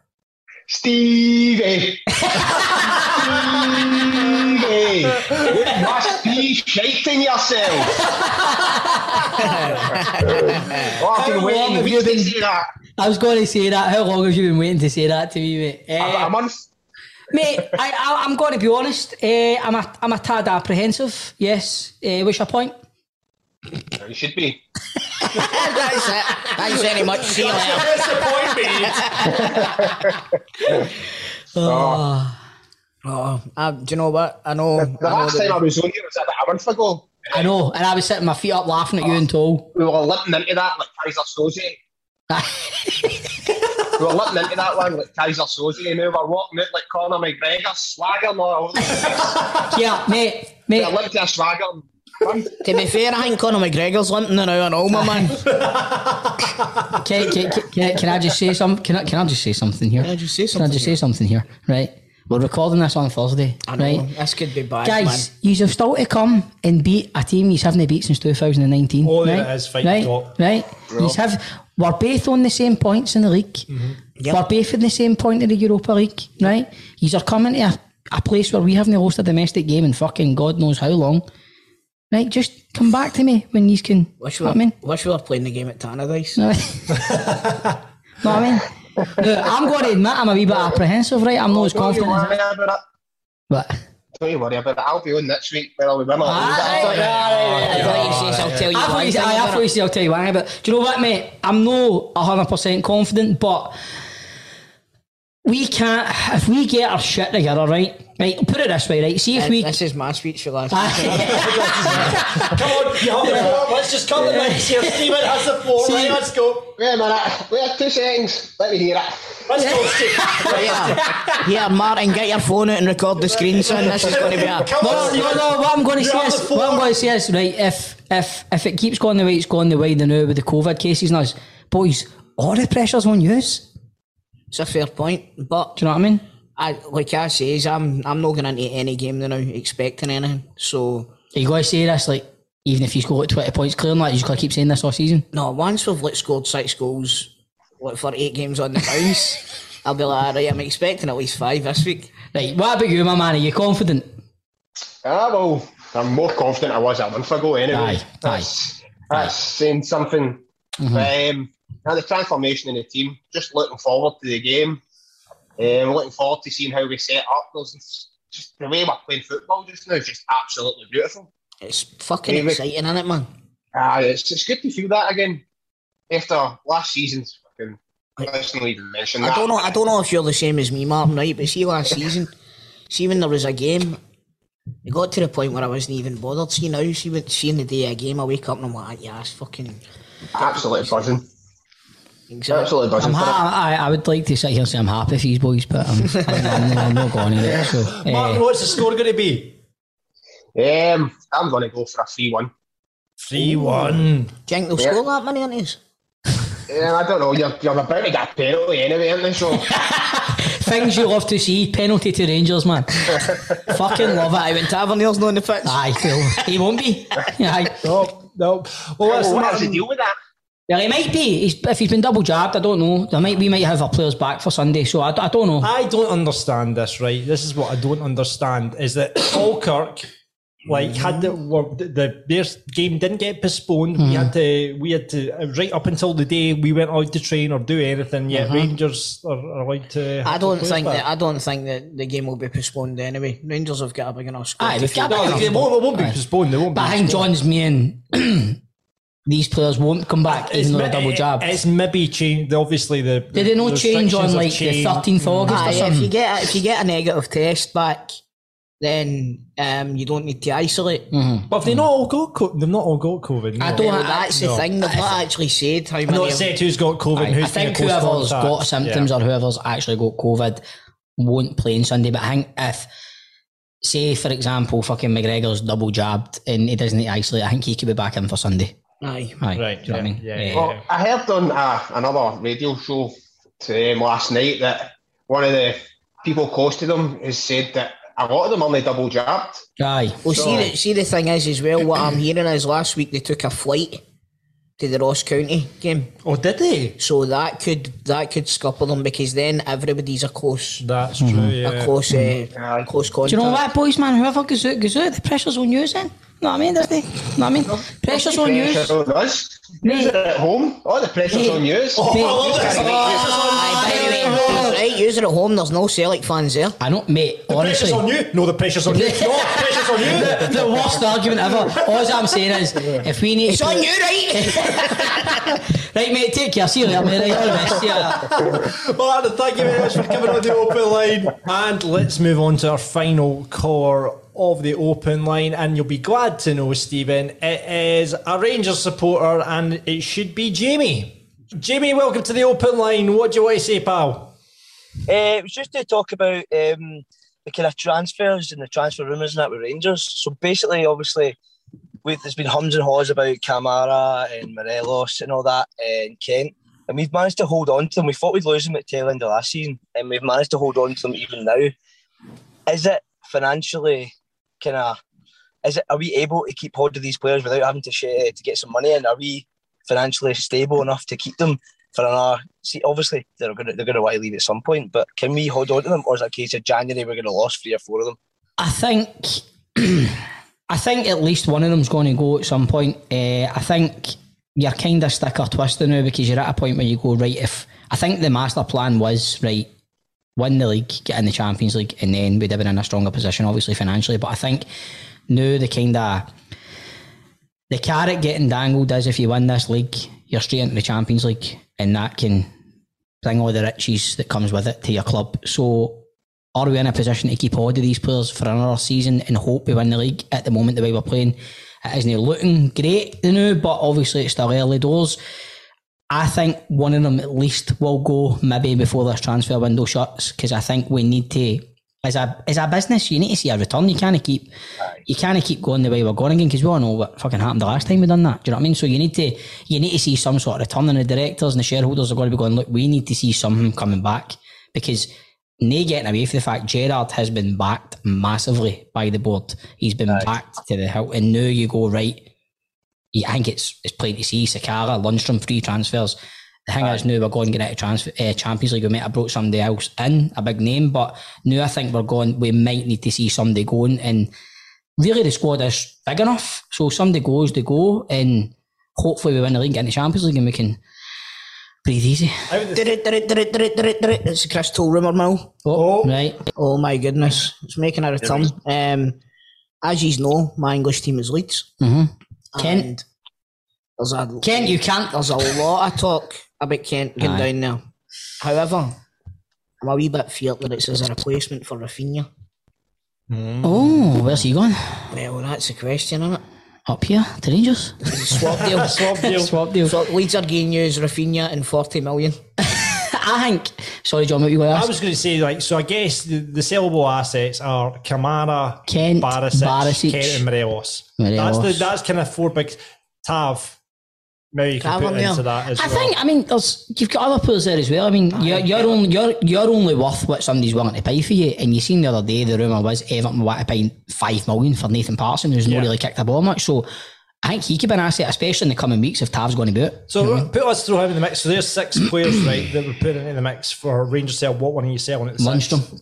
H: Stevie. Stevie. You must be shitting yourself. oh, I've
C: How
H: been
C: long
H: waiting
C: have you
H: weeks to
C: been-
H: say that.
C: I was going to say that. How long have you been waiting to say that to me, mate? Eh,
H: About a month.
C: Mate, I, I, I'm going to be honest. Uh, I'm a, I'm a tad apprehensive. Yes. Uh, what's your point?
H: You should be.
F: That's it. Thanks very [LAUGHS] much. See you later.
H: Oh,
F: Oh, uh, do you know what? I know. I know
H: the last
F: that-
H: time I was on here was about a month ago.
C: I know, and I was sitting my feet up laughing at you and Toll.
H: We were lipping into that like Kaiser Soze. We were lipping into that one like Kaiser Soze. And we were walking out like Conor McGregor, swaggering all over the place.
C: yeah, mate, mate.
H: I lipped to a swagger.
F: to be fair, I think Conor McGregor's limping now and all my [LAUGHS] man. Can
C: Can, can, can, can, can I just say some? Can I, can I just say something here?
F: I just say
C: Can I
F: something?
C: just say something here? Right. We're recording this on Thursday,
F: I know.
C: right?
F: This could be bad,
C: Guys, you have still to come and beat a team you haven't beat since 2019.
E: Oh, there
C: right?
E: it is, fight
C: right?
E: talk.
C: Right? Yous have, we're both on the same points in the league. We're both in the same point in the Europa League, right? You are coming to a, a place where we haven't lost a domestic game in fucking God knows how long. Right? Just come back to me when you can.
F: man. Wish we,
C: know
F: were,
C: what I mean?
F: wish we were playing the game at Tannadice.
C: No, [LAUGHS] no I mean, no, I'm going to admit I'm a wee bit apprehensive, right? I'm not as
H: Don't you
C: confident.
H: worry
C: as
H: about it.
C: But
H: Don't you worry about it. I'll be on next week whether we win or lose.
F: I thought you said, I'll tell you
C: I thought
F: one
C: you
F: thing
C: said, aye, I
F: about
C: thought
F: it.
C: you said, I'll tell you why. But do you know what, mate? I'm no 100% confident, but we can't, if we get our shit together, right? Right, put it this way, right? See if
F: And
C: we.
F: This is my speech for last [LAUGHS]
E: Come on, you have the floor. Let's just cover the next here. Stephen has the floor.
C: See-
E: right, let's go.
H: Wait a minute. Wait two seconds. Let me hear it.
E: Let's go, Steve.
F: Yeah, [LAUGHS] yeah, Martin, get your phone out and record the screen, son. This is going to be [LAUGHS] a.
E: Come
C: No,
E: on,
C: no,
E: Stephen.
C: no. What I'm going to
E: You're
C: say
E: on
C: is,
E: the
C: what I'm
E: floor.
C: going to say is, right? If if if it keeps going the way it's going the way they know with the COVID cases and us, boys, all the pressure's on you. Do
F: It's a fair point, but
C: you know what I mean?
F: I, like I says, I'm I'm not going into any game now expecting anything. So
C: Are you going to say this like, even if you score like 20 points clear and that, you just going to keep saying this all season?
F: no, once we've like scored six goals, like for eight games on the
C: [LAUGHS]
F: bounce, I'll be like, right, I'm expecting at least five this week.
C: Right, what about you, my man? Are you confident?
H: Ah, well, I'm more confident I was a month ago
C: Aye,
H: anyway.
C: aye.
H: That's, that's saying something.
F: Mm-hmm.
H: Um, now, the transformation in the team, just looking forward to the game. Um, looking forward to seeing how we set up. There's just the way we're playing football just now is just absolutely beautiful.
F: It's fucking
H: Hey, Rick.
F: exciting, isn't it, man?
H: Ah, it's, it's good to feel that again after last season's fucking Let's not even mention that.
F: I don't know. I don't know if you're the same as me, Martin. Right, but see last season, see when there was a game, it got to the point where I wasn't even bothered. See now, see when seeing the day of a game, I wake up and I'm like, yeah, it's fucking
H: Absolutely buzzing.
F: exactly.
H: Absolutely buzzing.
C: I'm
H: for it.
C: ha- I, I would like to sit here and say I'm happy for these boys, but I'm, I'm, I'm not going to. So, eh,
E: Martin, what's the score going to be?
H: um, I'm going to go for a 3 1.
E: 3 1.
F: Do you think they'll
H: Yeah.
F: score that many on these?
H: Yeah, I don't know. You're, you're about to get a penalty anyway, aren't you? So,
C: Things you love to see. Penalty to Rangers,
E: [LAUGHS]
C: man. Fucking love it.
F: I went Tavernier's not on the pitch.
C: Aye, cool. He won't be. Aye.
E: No, no. Well,
H: well,
E: that's
H: oh, what is
E: Martin,
H: the deal with that?
C: Well, he might be. He's, if he's been double jabbed, I don't know. There might we might have our players back for Sunday, so I, d- I don't know.
E: I don't understand this, right? This is what I don't understand is that [COUGHS] Falkirk, like, had the, were, the- the their game didn't get postponed. We had to, we had to uh, right up until the day we went out to train or do anything. Yet Rangers are, are allowed to.
F: I
E: have
F: don't
E: their players
F: think
E: back.
F: that. I don't think that the game will be postponed anyway. Rangers have got a big enough squad.
C: Aye,
F: to
C: we've
F: field
C: got a
E: No,
C: big
E: they won't, they won't be
C: Aye.
E: postponed. They won't
C: but
E: be
C: I think
E: postponed.
C: John's mean [CLEARS THROAT] these players won't come back even though
E: mi-
C: they're double jabbed.
E: It's maybe changed. Obviously, the
C: Did they no
E: the
C: change on
E: restrictions
C: like
E: have
C: the
E: changed.
C: thirteenth August
F: Aye,
C: or
F: if you
C: something?
F: get if you get a negative test back, then um, you don't need to isolate.
E: But have they not all got co- they've not all got COVID.
C: I
E: no.
C: don't-
F: Well, that's the
E: No.
F: thing. They've not actually said how many.
E: I've not
F: of-
E: said who's got COVID. and
C: I
E: who's been
C: think
E: a close
C: whoever's
E: contact.
C: got symptoms or whoever's actually got COVID won't play on Sunday. But I think if say for example fucking McGregor's double jabbed and he doesn't need to isolate, I think he could be back in for Sunday.
F: Aye.
C: Aye,
E: Right,
C: Do you know what I
E: yeah,
C: mean?
E: yeah,
C: Eh,
E: yeah.
H: Well, I heard on uh, another radio show um, last night that one of the people close to them has said that a lot of them are only double jabbed.
C: Aye.
F: Well, see, the, see, the thing is, as well,
C: [CLEARS THROAT]
F: what I'm hearing is last week they took a flight to the Ross County game,
E: Oh, did they?
F: so that could that could scupper them because then everybody's a close,
E: That's true.
F: a
E: Yeah.
F: close, uh, close contact.
C: Mm. Do you know what, boys, man? Whoever goes out, goes out. The pressure's on you, then. Know what I mean? Doesn't it? Know what I mean? Pressure's on you.
H: Pressure's on us. Yous are at home. All the pressure's on you. Oh,
F: Aye,
E: Oh,
F: by the way, right, you're at home. There's no Celtic fans there.
C: I don't, mate. honestly,
E: Pressure's on you. No, the pressure's [LAUGHS] on you. No, the pressure's on you. [LAUGHS]
C: the worst argument ever. All I'm saying is, if we need,
F: It's on you, right?
C: right, mate. Take care. See you later, mate. Right, all the best. See you later.
E: Martin, thank you very much for coming on the open line. And let's move on to our final core of the open line. And you'll be glad to know, Stephen, it is a Rangers supporter and it should be Jamie. Jamie, welcome to the open line. What do you want to say, pal?
I: Uh, it was just to talk about um, the kind of transfers and the transfer rumours and that with Rangers. So basically, obviously, with there's been hums and haws about Camara and Morelos and all that and Kent, and we've managed to hold on to them. We thought we'd lose them at tail end of last season, and we've managed to hold on to them even now. Is it financially kind of? Is it are we able to keep hold of these players without having to share, to get some money? And are we financially stable enough to keep them for another? See, obviously they're going to they're going to want to leave at some point, but can we hold on to them, or is that a case of January we're going to lose three or four of them?
C: I think, [CLEARS THROAT] I think at least one of them's going to go at some point. Uh, I think you're kind of stuck or twisted now because you're at a point where you go right. If I think the master plan was right, win the league, get in the Champions League, and then we'd have been in a stronger position, obviously financially. But I think now the kind of the carrot getting dangled is if you win this league, you're straight into the Champions League, and that can bring all the riches that comes with it to your club. So are we in a position to keep hold of these players for another season and hope we win the league at the moment the way we're playing? It isn't looking great you know, but obviously it's still early doors. I think one of them at least will go maybe before this transfer window shuts because I think we need to as a as a business you need to see a return. You can't keep you can't keep going the way we're going again because we all know what fucking happened the last time we done that. Do you know what I mean? So you need to you need to see some sort of return, and the directors and the shareholders are going to be going. Look, we need to see something coming back because nay getting away from the fact Gerard has been backed massively by the board. He's been backed to the hilt, and now you go right yeah, I think it's it's plain to see Sakara, Lundstrom, free transfers. The thing is now we're going to get out of transfer uh, Champions League. We might have brought somebody else in, a big name, but now I think we're going. We might need to see somebody going, and really the squad is big enough. So somebody goes, they go, and hopefully we win the league, get in the Champions League, and we can breathe easy.
F: [LAUGHS] Did it, did it, did it, did it, did it, did it. It's a crystal rumour mill.
C: Oh, right.
F: Oh my goodness, it's making a return. Um, as you know, my English team is Leeds.
C: Kent,
F: And there's a
C: Kent, you can't.
F: there's a lot of talk about Kent getting
C: Aye.
F: down there. However, I'm a wee bit feared that it's as a replacement for Rafinha.
C: Oh, where's he going?
F: Well, that's the question, isn't it?
C: Up here to Rangers?
F: Swap
C: [LAUGHS]
F: deal. Swap deal.
C: Swap deal.
F: So Leeds are getting news Rafinha and 40 million.
C: [LAUGHS] I think. Sorry, John, what you were
E: I
C: asked?
E: was going to say, like, so I guess the, the sellable assets are Kamara,
C: Kent,
E: Barisic,
C: Barisic,
E: Kent, and Morelos.
C: Morelos.
E: That's the that's kind of four big Tav. Now you can put
F: Tavernier.
E: into that as
C: I
E: well.
C: think. I mean, there's, you've got other players there as well. I mean, you're, you're only you're you're only worth what somebody's willing to pay for you. And you seen the other day, the rumor was Everton were to pay five million for Nathan Parson, who's not really kicked the ball much. So I think he could be an asset, especially in the coming weeks if Tav's going to boot.
E: So put us through him in the mix. So there's six
C: [COUGHS]
E: players, right, that we're putting in the mix for Rangers sale. What one are you selling at the six? [LAUGHS]
C: Lundstrom.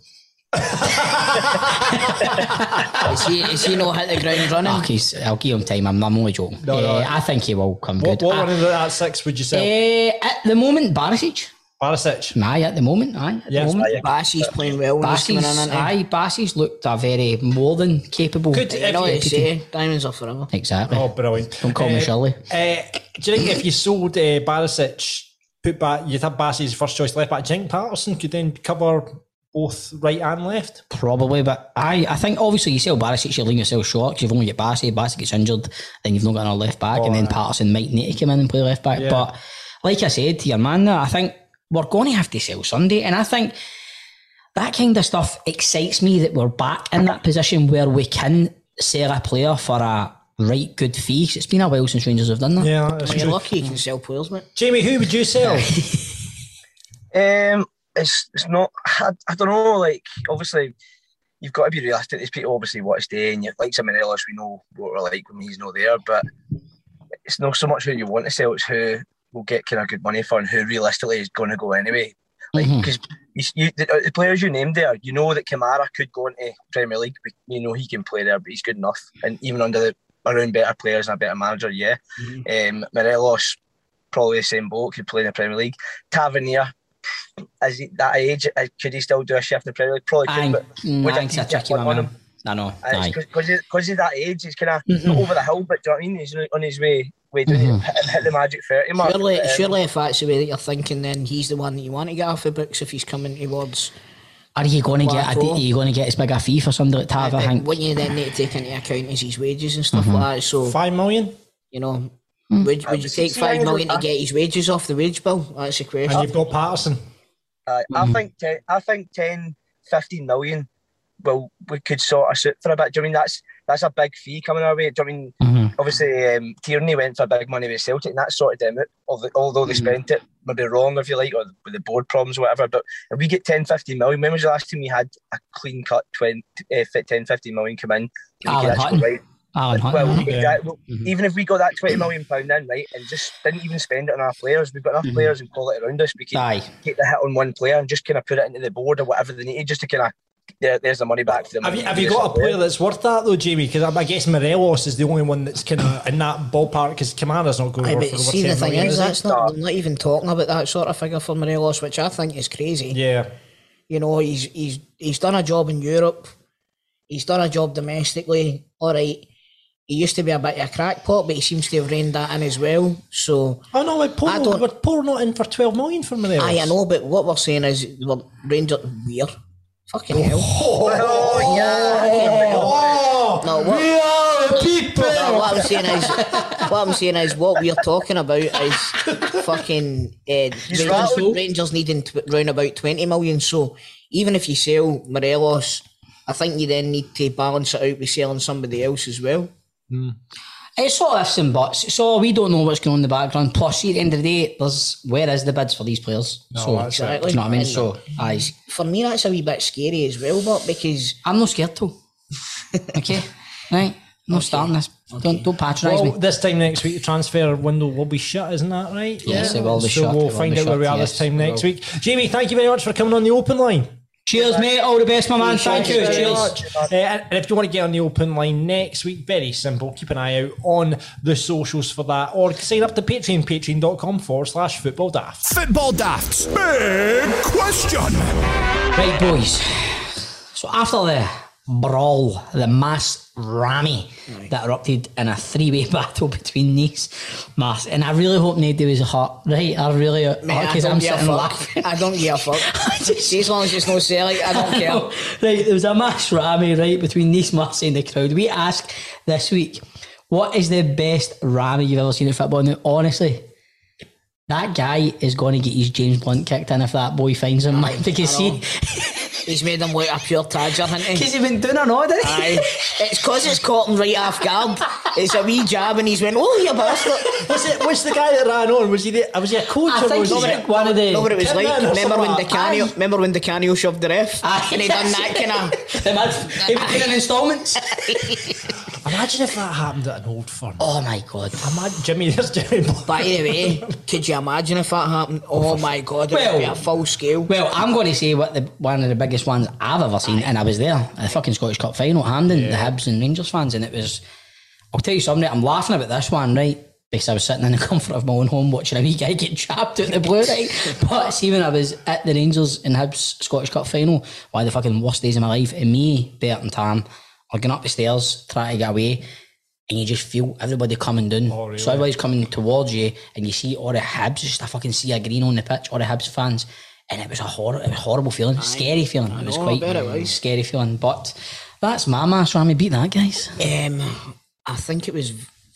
F: Is he, is he not hit the ground running?
C: Fuck, he's, I'll give him time. I'm, I'm only joking.
E: No, no.
C: Eh, I think he will come
E: What,
C: good.
E: what one
C: I-
E: of that six would you sell?
C: eh, at the moment, Barisic.
E: Barisic.
C: Aye, at the moment. Aye, at
E: Yes,
C: the moment.
F: Bassi's playing well. when he's coming in,
C: Bassi's,
F: isn't he?
C: aye, Bassi's looked a very more than capable.
E: Could-
F: You know what they
E: If-
F: say, diamonds are forever.
C: exactly.
E: Oh, brilliant.
C: Don't call me Shirley.
E: Uh, do you think if you sold uh, Barisic, put back, you'd have Barisic as first choice left back. Do you think Patterson could then cover both right and left?
C: Probably, but I, I think obviously you sell Barisic, you're leaving yourself short 'cause you've only got Barisic. Barisic gets injured, then you've not got another left back, and then Patterson might need to come in and play left back. But like I said to your man there, I think we're going to have to sell Sunday, and I think that kind of stuff excites me that we're back in that position where we can sell a player for a right good fee. 'cause it's been a while since Rangers have done that.
E: Yeah, that's
F: When you're lucky, you can sell players, mate.
E: Jamie, who would
C: [LAUGHS]
E: you sell?
I: Um, it's it's not. I, I don't know. Like obviously, you've got to be realistic. These people obviously want to stay, and you like someone else. We know what we're like when he's not there, but it's not so much who you want to sell. It's who will get kind of good money for, and who realistically is going to go anyway. Like
C: Mm-hmm.
I: because you, the, the players you named there, you know that Kamara could go into Premier League. But you know he can play there, but he's good enough, and even under the around better players and a better manager, yeah. Um, Morelos probably the same boat could play in the Premier League. Tavernier is he that age? uh, Could he still do a shift in the Premier League? Probably
C: I
I: could,
C: think,
I: but
C: mm,
I: would
C: I
I: a
C: think it's
I: team
C: a
I: get
C: tricky
I: one on
C: one,
I: him?
C: man. I know.
I: Uh,
C: aye.
I: Because he's that age, he's kind of over the hill. But do you know what I mean? He's on his way, way doing it, hit, hit the magic thirty mark.
F: Surely,
I: Um,
F: surely if that's the way that you're thinking, then he's the one that you want to get off the books if he's coming towards.
C: Are you going to get? a-
F: Plateau.
C: Are you going to get as big a fee for somebody like Tav? I think.
F: What uh, you then need to take into account is his wages and stuff like that. So,
E: Five million?
F: you know, would, would you take
I: see,
F: five
I: I
F: million to
I: don't-
F: get his wages off the wage bill? That's the question.
E: And you've got Patterson.
I: aye, I think ten, I think 10, 15 million. Well, we could sort us out for a bit. Do you know what I mean that's that's a big fee coming our way? Do you know what I mean?
C: Mm-hmm.
I: Obviously, um, Tierney went for big money with Celtic, and that sorted them out. Although, although
C: Mm-hmm.
I: they spent it maybe wrong, if you like, or with the board problems, or whatever. But if we get 10, 15 million, when was the last time we had a clean cut 20, uh, fit 10, 15 million come in? and we
C: Alan
I: could actually
C: Hutton.
I: go, right,
C: Alan Mm-hmm. Hunt.
I: well,
C: man.
I: we- that- well, even if we got that twenty million pound in, right, and just didn't even spend it on our players, we've got enough players and quality around us. We can
C: Mm-hmm. Aye.
I: take the hit on one player and just kind of put it into the board or whatever they needed, just to kind of there, there's the money back for them.
E: Have you, have you got a player that's worth that though, Jamie? Because I, I guess Morelos is the only one that's kind of in that ballpark. Because Kamara's not going
F: Aye,
E: to work
F: but
E: for over
F: see, the
E: 10
F: thing
E: million,
F: is,
E: he?
F: that's not, I'm not even talking about that sort of figure for Morelos, which I think is crazy.
E: Yeah,
F: You know, he's he's he's done a job in Europe. He's done a job domestically. All right. He used to be a bit of a crackpot, but he seems to have reined that in as well. So
E: Oh no, like
F: I
E: Paul,
F: don't-
E: we're Paul not in for twelve million for Morelos.
F: aye, I know, but what we're saying is we're Ranger we're fucking hell.
E: Oh,
F: No, what,
E: we are the people.
F: no, what I'm saying is what I'm saying is what we're talking about is fucking eh, Rangers,
I: rattled.
F: Rangers needing t- round about twenty million. So even if you sell Morelos, I think you then need to balance it out with selling somebody else as well.
C: It's sort of ifs and buts. So we don't know what's going on in the background. Plus, see, at the end of the day, there's where is the bids for these players? so, uh,
E: that's it.
C: Do you know what I mean? So, aye.
F: for me, that's a wee bit scary as well, but because
C: I'm not scared [LAUGHS] though. okay, right. I'm not starting this. Don't don't patronise
E: Well,
C: me.
E: this time next week, the transfer window will be shut, isn't that right?
C: Yes, it will be shut,
E: so
C: it
E: We'll
C: will
E: find
C: be
E: out where we
C: shut,
E: are
C: yes,
E: this time
C: it
E: next
C: will.
E: week. Jamie, thank you very much for coming on the open line.
C: Cheers, mate. All the best, my man. Thank you.
E: Thank you very
C: Cheers.
E: much. Uh, and and if you want to get on the open line next week, very simple. Keep an eye out on the socials for that, or sign up to Patreon, patreon.com forward slash football daft.
A: Football Daft's Big Question.
C: Right, boys. So after the brawl, the mass rammy that erupted in a three-way [LAUGHS] battle between these mass. And I really hope Nady was hurt, right? I really, uh,
F: Mate, I
C: because
F: don't
C: I'm
F: give a
C: sitting
F: fuck. [LAUGHS]
C: laughing.
F: I don't give
C: [LAUGHS]
F: a fuck. See, as long as it's no selling, I don't care.
C: right, there was a mass rammy right between Nice Marcy and the crowd. We asked this week, what is the best rammy you've ever seen in football? Now, honestly, that guy is going to get his James Blunt kicked in if that boy finds him. Like, because he,
F: He's made him look a pure tadger, hasn't he?
C: because he's been doing an order.
F: Aye. It's because it's caught him right off guard. It's a wee jab, and he's went, "Oh, you
C: [LAUGHS]
F: bastard!"
E: What's it? What's the guy that ran on? Was he the? Was he a coach?
F: Ah,
C: I
E: or
C: think
E: was
C: he's
E: he-
C: like one of the-
F: Know what it was
E: Come
F: like?
E: on, that's
F: Remember when
E: what-
F: Decanio?
E: aye.
F: Remember when Decanio shoved the ref?
C: Aye.
F: And he Ah, done that
C: [LAUGHS]
F: kind of.
C: The man's he was doing it in installments.
E: Imagine if that happened at an old firm.
C: oh my god.
E: Imagine
C: [LAUGHS]
E: Jimmy. There's Jimmy. Blunt.
F: By the way, could you imagine if that happened? Oh my god, it
C: Well-
F: would be a full scale.
C: Well, I'm going to say what the one of the biggest ones I've ever seen, and I was there at the fucking Scottish Cup final, Hamden, the Hibs and Rangers fans, and it was. I'll tell you something. I'm laughing about this one, right? Because I was sitting in the [LAUGHS] comfort of my own home watching a wee guy get chapped out the blue, right? But see, when I was at the Rangers and Hibs Scottish Cup final, one of the fucking worst days of my life, and me, Bert and Tam are going up the stairs trying to get away, and you just feel everybody coming down.
F: Oh,
C: So everybody's coming towards you, and you see all the Hibs, just I fucking see a green on the pitch, all the Hibs fans, and it was a horror, it was a horrible feeling, scary feeling. it was
F: know, I
C: quite
F: bet it was.
C: scary feeling, but. That's my mass, Rami. Beat that, guys.
F: Um, I think it was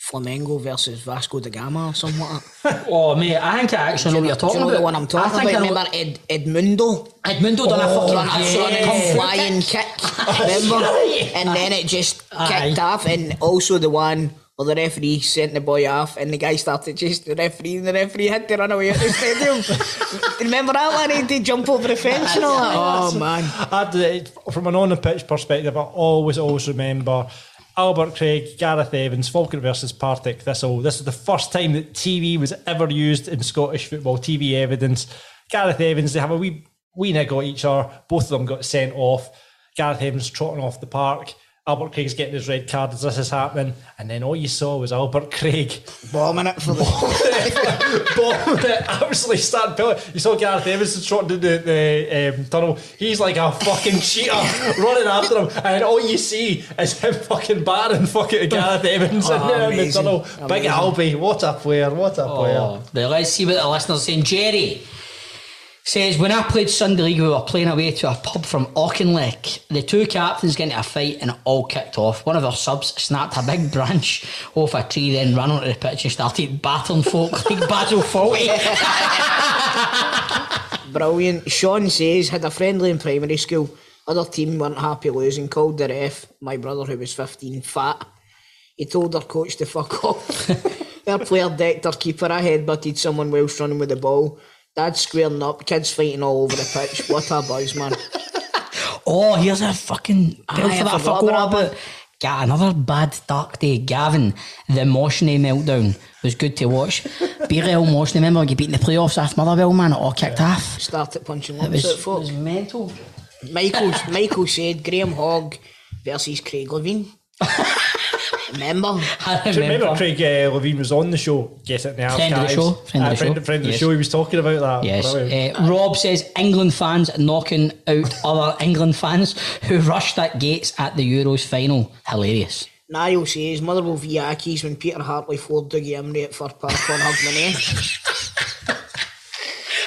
F: Flamengo versus Vasco da Gama or something like that.
C: Oh mate, I think I actually know what you're
F: Do
C: talking
F: you know
C: about.
F: the one I'm talking
C: I think
F: about?
C: I know-
F: Remember Ed, Edmundo?
C: Edmundo done
F: Oh,
C: a
F: I
C: fucking
F: saw
C: yeah.
F: the come flying kick, [LAUGHS] remember? And then it just kicked off, and also the one where the referee sent the boy off, and the guy started chasing the referee, and the referee had to run away out the [LAUGHS] stadium. remember that one? He did jump over the fence and all that. Oh man,
E: I did, from an on the pitch perspective, I always always remember Albert Craig, Gareth Evans, Falkirk versus Partick. This all this is the first time that TV was ever used in Scottish football. TV evidence. Gareth Evans, they have a wee wee niggle at each other. Both of them got sent off. Gareth Evans trotting off the park. Albert Craig's getting his red card as this is happening, and then all you saw was Albert [LAUGHS] Craig
F: bombing it for the.
E: [LAUGHS] bombed it, absolutely started pillar. You saw Gareth Evans trotting down the, the um, tunnel. He's like a fucking cheater [LAUGHS] running after him, and all you see is him fucking battering fucking Gareth Evans
C: [LAUGHS] Oh,
E: in, there in the
F: amazing.
E: tunnel. Big
F: Amazing.
E: Albie, what a player, what a player.
C: Oh, now let's see what the listeners are saying. Jerry says when I played Sunday League, we were playing away to a pub from Auchinleck. The two captains got into a fight and it all kicked off. One of our subs snapped a big [LAUGHS] branch off a tree, then ran onto the pitch and started battling folk [LAUGHS] like Basil Fawlty.
F: Brilliant. Sean says had a friendly in primary school. Other team weren't happy losing. Called the ref. My brother, who was 15, fat. He told their coach to fuck [LAUGHS] off. their player decked their keeper. I headbutted someone whilst running with the ball. Dad squaring up. Kids fighting all over the pitch. What a buzz, man.
C: Oh, here's a fucking bill
F: Aye,
C: for
F: I
C: that
F: forgot
C: fuck
F: about
C: all about. Got another bad dark day. Gavin, the Moshney meltdown was good to watch. BRL Moshney, remember you beating the playoffs after Motherwell, man? It all kicked off.
F: Started punching
C: It
F: lumps
C: was,
F: out
C: it was
F: folks.
C: mental. [LAUGHS]
F: Michael, Michael said Graham Hogg versus Craig Levine. Remember?
C: I
E: Do you
C: remember.
E: remember Craig uh, Levine was on the show? Get it now.
C: Friend of the
E: guys.
C: show, friend of
E: Uh,
C: the
E: friend,
C: show,
E: friend of the
C: yes.
E: show. He was talking about that.
C: Yes.
E: Brilliant.
C: Uh, Rob says England fans knocking out other England fans who [LAUGHS] rushed at gates at the Euros final. Hilarious.
F: Niall says Motherwell v Accies when Peter Hartley floored Dougie Emery at Fir Park on Hugmanay.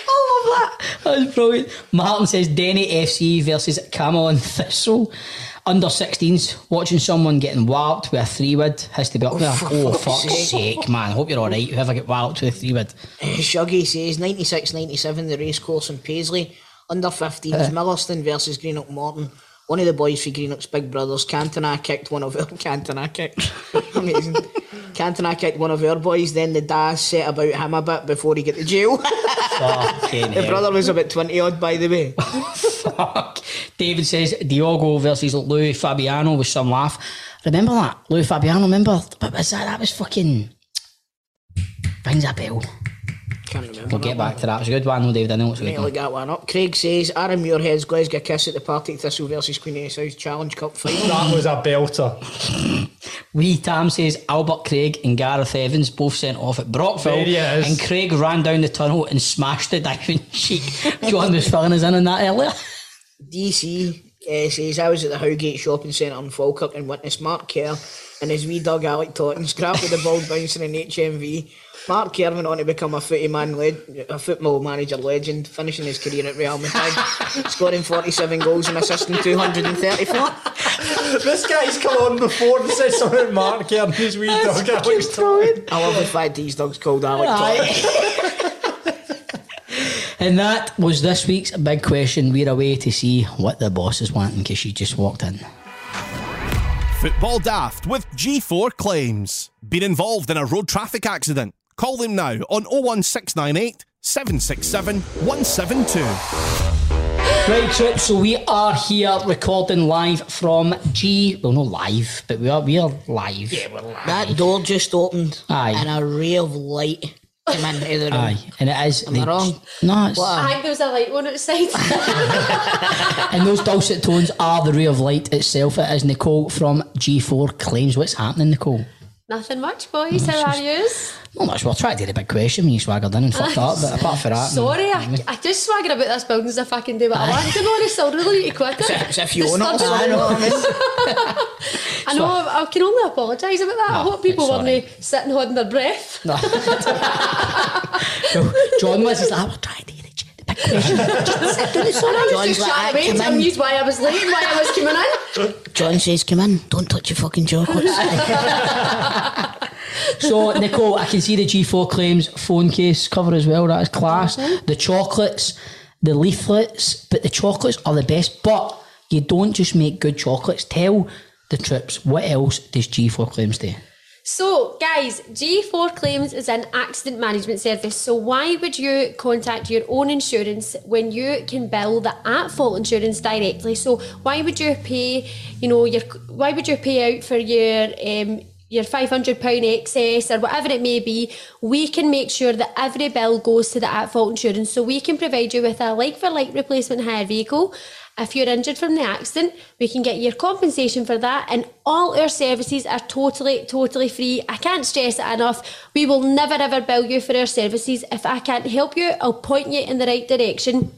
C: I love that. That was brilliant. Martin says Denny FC versus Camelon Thistle. Under 16s, watching someone getting walloped with a three wood has to be up there.
F: for
C: oh,
F: fuck's
C: fuck's sake, man. Hope you're alright, whoever get walloped with a three wood.
F: Shuggy says 96 97, the race course in Paisley. Under 15s,
C: Eh.
F: Millerston versus Greenock Morton. One of the boys for Greenock's big brothers, Cantona, kicked one of our [LAUGHS] Cantona kicked. [LAUGHS] Amazing. Cantona kicked one of our boys, then the dad set about him a bit before he got to jail. [LAUGHS]
C: Fucking
F: the
C: hell.
F: brother was about 20 odd, by the way.
C: Fuck. David says Diogo versus Lou Fabiano with some laugh. Remember that? Lou Fabiano, remember? But was that, that was fucking. Rings a bell.
F: Can't remember.
C: We'll get back to that. It's a good one, though, David. I know it's a good
F: Nearly
C: one.
F: got one up. Craig says Aaron Muirhead's Glasgow kiss at the Partick Thistle versus Queen Anne's House Challenge Cup final.
E: that was a belter.
C: Wee Tam says Albert Craig and Gareth Evans both sent off at Brockville.
E: There he is.
C: And Craig ran down the tunnel [LAUGHS] and smashed the diving cheek. John was filling us in on that earlier.
F: DC uh, says, I was at the Howgate Shopping Centre in Falkirk and witnessed Mark Kerr and his wee dog Alec Totten scrap with the ball bouncing in HMV. Mark Kerr went on to become a footy man leg- a football manager legend, finishing his career at Real
C: [LAUGHS]
F: Madrid, scoring 47 goals and assisting 234.
E: This guy's come on before and said something about Mark here and his wee dog Alex Todd.
F: I love the fact that his dog's called Alec Totten.
C: [LAUGHS] and that was this week's big question. We're away to see what the boss is wanting because she just walked in.
A: Football Daft with G4 Claims. Been involved in a road traffic accident? Call them now on 01698 767 172.
C: Right, Trip, so we are here recording live from G. Well, not live, but we are we are live. Yeah, we're live.
F: That door just opened
C: Aye.
F: and a ray of light came into the room.
C: Aye, and it is. Am
F: I wrong?
C: No, it's,
F: What a-
J: I think there was a light on outside. [LAUGHS]
C: and those dulcet tones are the ray of light itself. It is Nicole from G4 Claims. What's happening, Nicole?
J: Nothing much, boys. How are yous?
C: Not much. Well, I tried to do the big question when you swaggered in and fucked up, but apart from that,
J: Sorry, I, I just swagger about this building as if I can do what I want. To be honest, I'll really need to quit it.
F: As if you
J: The
F: own it or
J: sturgeon-
F: something.
J: I know, I, I can only apologise about that. I
C: No,
J: hope people
C: it's
J: weren't
C: alright.
J: sitting holding their
F: [LAUGHS]
J: breath.
C: No. [LAUGHS] So, John was just like, I will try to reach the big question. Just sit down, it's all right.
J: I was
F: John's
J: just
F: like, "Ah,
J: trying to wait
F: come
J: to
F: in."
J: amuse why I was late and why I was coming in.
F: John says, come in, don't touch your fucking chocolates.
C: [LAUGHS] So, Nicole, I can see the G4 claims phone case cover as well. That is class. The chocolates, the leaflets, but the chocolates are the best. But you don't just make good chocolates. Tell the trips what else does G4 claims do?
J: So, guys, G4 Claims is an accident management service. So, why would you contact your own insurance when you can bill the at-fault insurance directly? So, why would you pay? You know, your why would you pay out for your um, your five hundred pound excess or whatever it may be? We can make sure that every bill goes to the at-fault insurance. So, we can provide you with a like-for-like replacement hire vehicle. If you're injured from the accident, we can get your compensation for that, and all our services are totally, totally free. I can't stress it enough. We will never ever bill you for our services. If I can't help you, I'll point you in the right direction.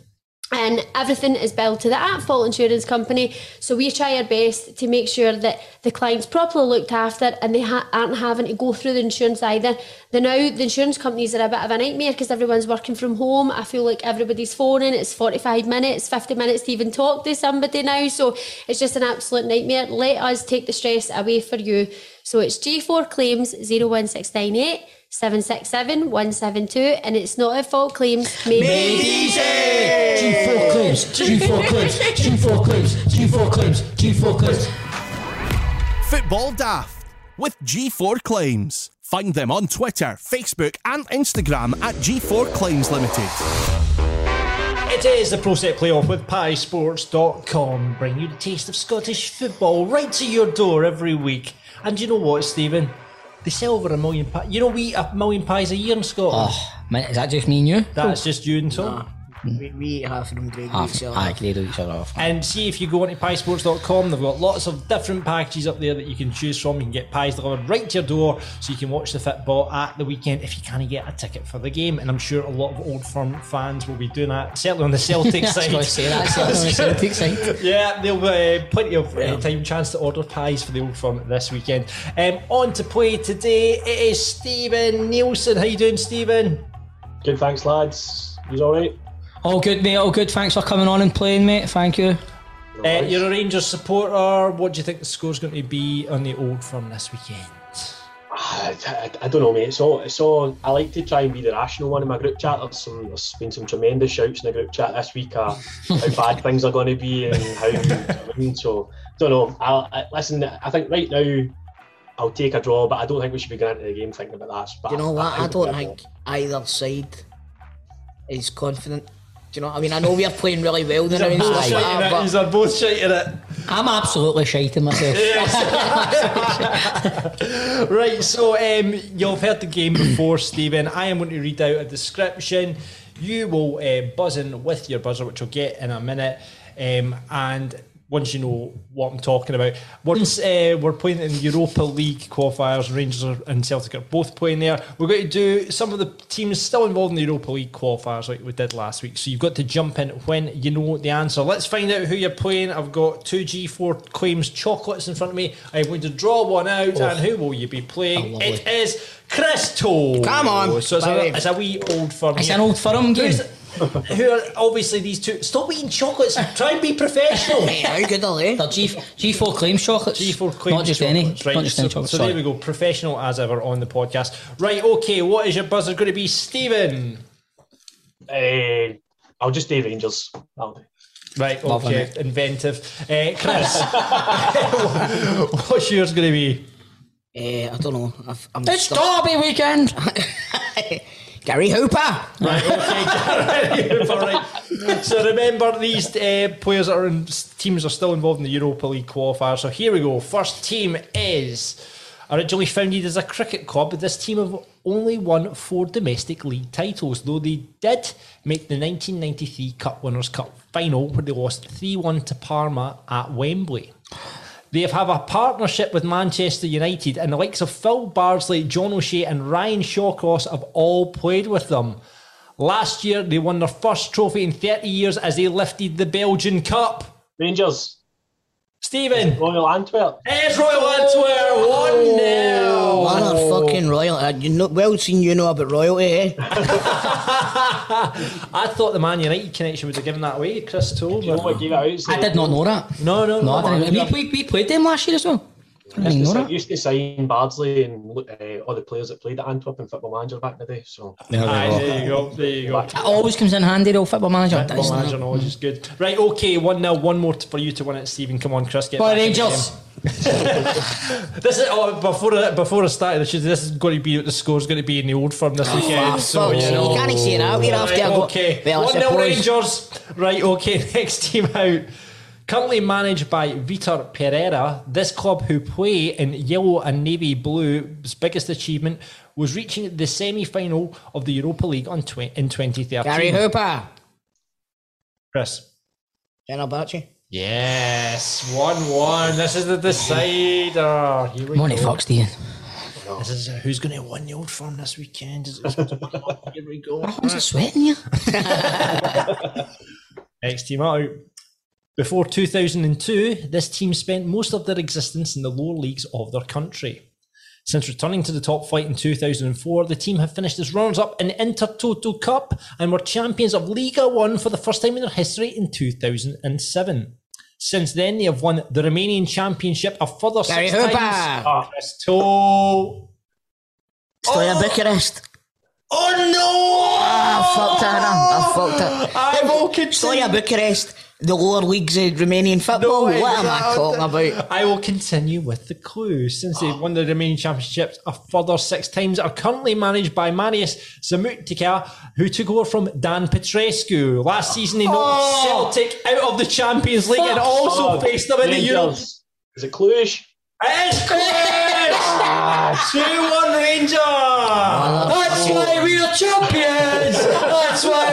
J: And everything is billed to the at fault insurance company. So we try our best to make sure that the client's properly looked after and they ha- aren't having to go through the insurance either. The now the insurance companies are a bit of a nightmare because everyone's working from home. I feel like everybody's phoning. It's 45 minutes, 50 minutes to even talk to somebody now. So it's just an absolute nightmare. Let us take the stress away for you. So it's G4 Claims 01698 767 172. And it's not at fault claims. Maybe.
C: G4 claims, G4 claims, G4 claims, G4 claims, G4 claims.
A: Football Daft with G4 Claims. Find them on Twitter, Facebook, and Instagram at G4 Claims Limited.
E: It is the Pro Set Playoff with piesports.com, bringing you the taste of Scottish football right to your door every week. And you know what, Stephen? They sell over a million pies. You know, we eat a million pies a year in Scotland.
C: Oh, man, is that just me and you?
E: That's just you and Tom.
F: we, we eat half of them grade
C: Ah,
F: each other.
C: I grade each other [LAUGHS] off.
E: And see if you go onto piesports.com, they've got lots of different packages up there that you can choose from. You can get pies delivered right to your door so you can watch the football at the weekend if you can get a ticket for the game. And I'm sure a lot of old firm fans will be doing that, certainly on the Celtic
C: I was
E: side.
C: going to say that. so [LAUGHS] I'm gonna say take side.
E: Yeah, there'll be uh, plenty of uh, time chance to order pies for the old firm this weekend. Um, on to play today, it is Stephen Nielsen. How you doing, Stephen?
K: Good, thanks, lads. He's all right.
C: All good, mate. All good. Thanks for coming on and playing, mate. Thank you.
E: Uh, you're a Rangers supporter. What do you think the score's going to be on the old firm this weekend?
K: I, I- I don't know, mate. It's all, it's all. I like to try and be the rational one in my group chat. There's, some, there's been some tremendous shouts in the group chat this week uh,
F: [LAUGHS]
K: how bad things are going to be and how. I mean, so don't know. I'll, I, listen, I think right now I'll take a draw, but I don't think we should be going into the game thinking about that. But
F: Do you know what? I
K: we'll
F: don't
K: get a draw.
F: think either side is confident. Do you know what I mean? I know we are playing really well now and stuff like that, but
E: are both shouting it.
C: I'm absolutely shiting myself.
E: [LAUGHS] Right, so um, you've heard the game before, Stephen. I am going to read out a description. You will uh, buzz in with your buzzer, which you'll get in a minute. Um, and once you know what I'm talking about. Once uh, we're playing in the Europa League qualifiers, Rangers are- and Celtic are both playing there. We're going to do some of the teams still involved in the Europa League qualifiers like we did last week. So you've got to jump in when you know the answer. Let's find out who you're playing. I've got two G4 claims chocolates in front of me. I'm going to draw one out,
L: Oh.
E: and who will you be playing?
L: lovely.
E: It is Crystal.
L: Come on,
E: So it's a,
L: babe.
E: it's a wee old firm.
C: [LAUGHS] It's
E: here.
C: an old firm game.
E: Who's- who are obviously these two. Stop eating chocolates. Try and be
L: [LAUGHS]
E: professional.
F: eh, How good are they?
C: They're G, G4 claims chocolates. G4 claims Not just
E: chocolates,
C: any.
E: right?
C: Not just
E: so
C: any chocolates.
E: so
C: sorry.
E: there we go. Professional as ever on the podcast. Right. Okay. What is your buzzer going to be, Stephen?
K: Uh, I'll just do Rangers. That'll do.
E: Right.
K: Lovely,
E: Okay.
K: mate.
E: Inventive. Uh, Chris, [LAUGHS] what's yours going to be?
F: Uh, I don't know. I've, I'm
C: It's
F: stuck.
C: Derby weekend.
F: Gary Hooper.
E: Right, okay, Gary Hooper, right. So remember, these uh, players that are in, teams are still involved in the Europa League qualifier. So here we go. First team is originally founded as a cricket club. This team have only won four domestic league titles, though they did make the 1993 Cup Winners' Cup final, where they lost 3 1 to Parma at Wembley. They have a partnership with Manchester United, and the likes of Phil Bardsley, John O'Shea, and Ryan Shawcross have all played with them. Last year, they won their first trophy in 30 years as they lifted the Belgian Cup.
K: Rangers.
E: Stephen.
K: Royal Antwerp.
E: It's Royal Antwerp 1
F: Motherfucking
E: 0.
F: royal. Uh, You know, well seen you know about royalty, eh?
E: I thought the Man United connection would have given that away, Chris Toll. but-
C: I did not know that.
E: No, no,
C: no.
E: no,
C: I didn't.
E: no.
C: We, played, we played them last year as well. I didn't know
K: Used to,
C: that.
K: used to sign Bardsley and uh, all the players that played at Antwerp and Football Manager back in the day. So
C: There we
E: Aye,
C: go.
E: there you go. There you go.
C: It always comes in handy, though, football manager.
E: Football manager knowledge is good. Right, okay, 1 0, one more t- for you to win it, Stephen. Come on, Chris, get
C: Go
E: back in the
C: Rangers.
E: game. This is oh, before I, before I started this, this is going to be what the score's going to be in the old firm
C: Oh,
E: this weekend. so,
F: fuck's
E: you
F: sake,
E: know.
F: you can't say that. We're after
E: Right,
F: a go-
E: Okay,
F: Well, I
E: 1 0
F: suppose-
E: Rangers. Right, okay, [LAUGHS] next team out. Currently managed by Vitor Pereira, this club who play in yellow and navy blue's biggest achievement was reaching the semi final of the Europa League on tw- in 2013. [LAUGHS]
F: Gary Hooper.
E: Chris.
F: Fenerbahce.
E: Yes, 1 1. This is the decider. Here we
C: Money
E: go.
C: fucks, Dean.
E: This is uh, who's going to win the old firm this weekend. Is it- Here we go.
C: Was it sweating you?
E: Next team out. Before 2002, this team spent most of their existence in the lower leagues of their country. Since returning to the top flight in 2004, the team have finished as runners up in the Intertoto Cup and were champions of Liga 1 for the first time in their history in 2007. Since then, they have won the Romanian Championship a further
F: Gary
E: six
F: Hooper.
E: times. Ah, Chris Toll.
F: Stoya Bucharest.
E: Oh no!
F: I fucked it, I fucked it.
E: I've all continued.
F: Stoya Bucharest, the lower leagues of Romanian football.
E: way,
F: what am I
E: no,
F: talking about?
E: I will continue with the clue. Since they've won the remaining championships a further six times, are currently managed by Marius Zamutika, who took over from Dan Petrescu. Last season, he knocked Celtic out of the Champions League and also faced them in the Euro.
K: Rangers. Is it Cluish?
E: It's
K: Ah,
E: Chris! 2-1 Rangers! That's why we're champions! That's why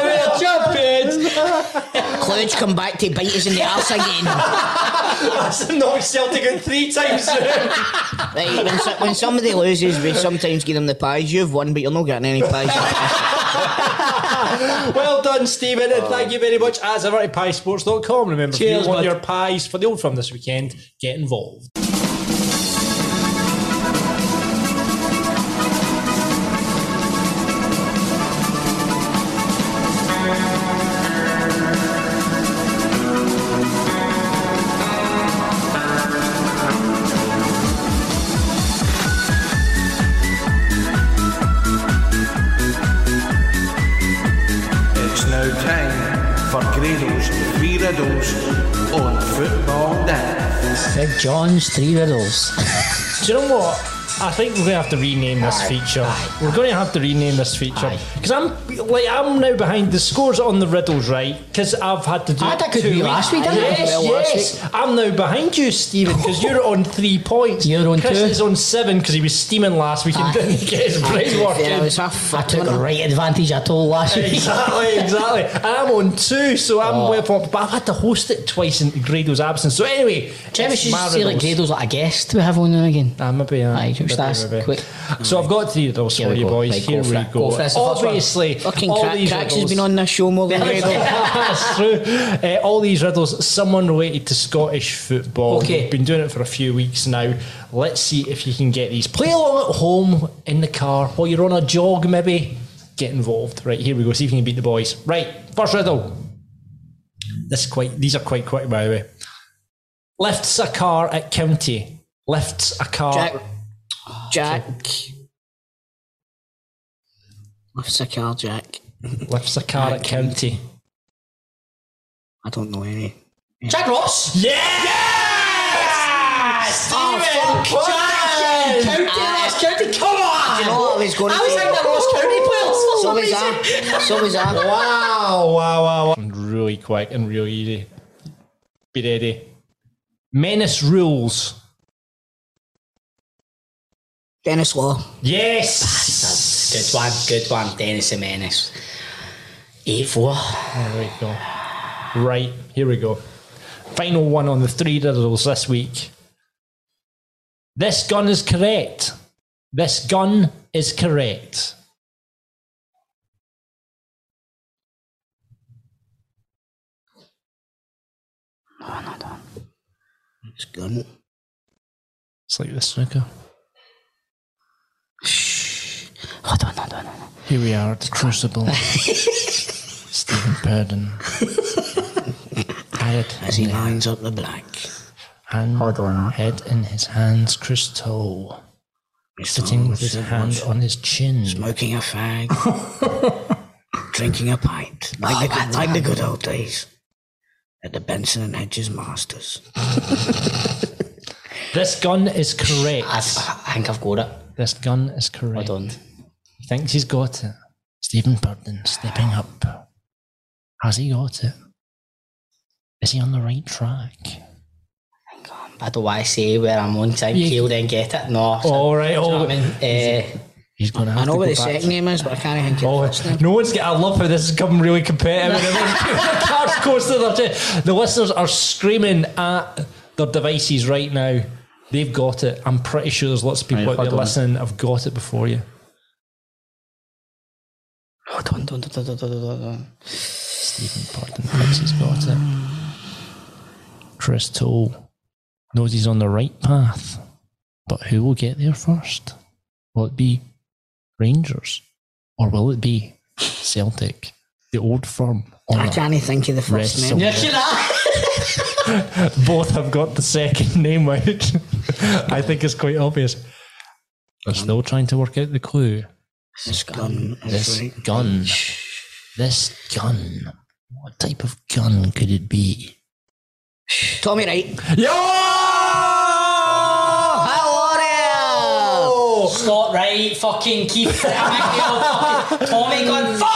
K: [LAUGHS]
E: we're champions!
F: Clouds come back to bite us in the arse again.
E: That's knocked Celtic out three times [LAUGHS] soon.
F: Right, when, so- when somebody loses, we sometimes give them the pies. You've won, but you're not getting any pies.
E: Well done, Stephen, and thank you very much as ever to piesports.com. Remember,
C: Uh,
E: if
C: Cheers,
E: you want
C: bud.
E: your pies for the old firm this weekend, get involved.
M: It's now time for Gradle's three riddles on football day.
C: St. John's Three Riddles.
E: Do you know what? I think we're going to have to rename this feature. We're going to have to rename this feature because I'm like I'm now behind the scores on the riddles, right? Because I've had to do.
C: I had a good
E: two
C: wee last week, didn't I?
E: Yes,
C: Well, last
E: yes. I'm now behind you, Stephen,
C: [LAUGHS]
E: because you're on three points. You're on Chris
C: two.
E: is on seven because he was steaming last week and didn't get his brain working.
C: I was half I took the right advantage at all last week.
E: exactly, exactly. And I'm on two, so I'm way up. But I've had to host it twice in Grado's absence. So anyway,
C: Maybe we
E: it's
C: should
E: my
C: just say like
E: riddles.
C: Grado's like a guest we have on there again.
E: Ah, maybe. Uh,
C: Aye, just ask quick.
E: So I've got three riddles
C: Here
E: for
C: we
E: you,
C: go.
E: boys.
C: Right, go
E: Here
C: for
E: we
C: it.
E: go.
C: Go for it. It's the first one.
E: Obviously,
F: Fucking
E: all
F: crack,
E: these
F: Cracks
E: riddles-
F: has been on this show more than Grado.
E: That's true. Uh, all these riddles, someone related to Scottish football.
C: Okay.
E: We've been doing it for a few weeks now. Let's see if you can get these. Play along at home, in the car, while you're on a jog, maybe. Get involved. Right, here we go. See if you can beat the boys. Right, first riddle. This is quite. These are quite quick, by the way. Lifts a car at county. Lifts a car.
F: Jack. Jack. Lifts a car, Jack.
E: Lifts a car at county.
F: I don't know any.
C: Jack Ross!
E: Yeah!
C: Oh, fuck, Jack! Ah. County, Ross County, come on!
F: Do you know what I was going to
C: I was
F: say?
C: like the Ross County players for
F: So
C: some
F: was
C: reason.
F: I. So was
C: [LAUGHS]
F: I.
E: Wow, wow, wow, wow. Really quick and real easy. Be ready. Menace rules.
F: Dennis Law.
E: Yes!
C: Good one, good one, Dennis and Menace. 8 4.
E: There we go. Right, here we go. Final one on the three riddles this week. This gun is correct. This gun is correct.
F: It's good.
E: It's like the snooker.
C: Hold on, hold on, hold on.
E: Here we are at the Crucible. Stephen Purden. Tired.
F: As he lines up the black.
E: hand, head in his hands, crystal, sitting with his hand on his chin.
F: Smoking a fag. drinking a pint. Like, the, good- like the good old days. At the Benson and Hedges Masters.
E: [LAUGHS] This gun is correct.
C: I've, I think I've got it.
E: this gun is correct.
C: Hold on.
E: He thinks he's got it. Stephen Burden stepping up. Has he got it? Is he on the right track?
C: I don't want to say where I'm on time.
E: Yeah.
C: Kale then get it. No. so-
E: All right,
C: Do you know
E: all
C: what I mean? Eh,
E: He's going to have
F: Oh. I know
E: to
F: what
E: go
F: the
E: back.
F: second name is, but I can't think of
E: Oh,
F: it.
E: no one's got. I love how this has become
C: [LAUGHS]
E: really competitive. and everyone's- cards close to their chest. The listeners are screaming at their devices right now. They've got it. I'm pretty sure there's lots of people
M: Right,
E: out there
M: hold on.
E: listening. I've got it before you.
F: Oh,
C: hold on, hold on, hold on, hold on, hold on.
E: Stephen Burton thinks he's got it. Chris Toll knows he's on the right path, but who will get there first? Will it be Rangers or will it be Celtic, the old firm? on
F: I
E: a
F: can't think of the first
E: wrestle?
F: name.
E: both have got the second [LAUGHS] name out. I think it's quite obvious. They're still trying to work out the clue.
F: This gun.
E: This
F: is right.
E: gun. This gun. What type of gun could it be?
F: Tommy Wright.
E: Yo!
F: Hello
C: Scott Wright, fucking Keith, McNeil, fucking Tommy Gunn, fuck!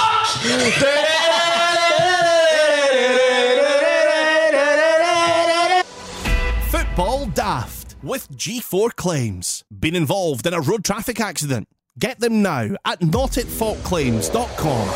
A: Football Daft with G4 Claims. Been involved in a road traffic accident? Get them now at notitfaultclaims.com.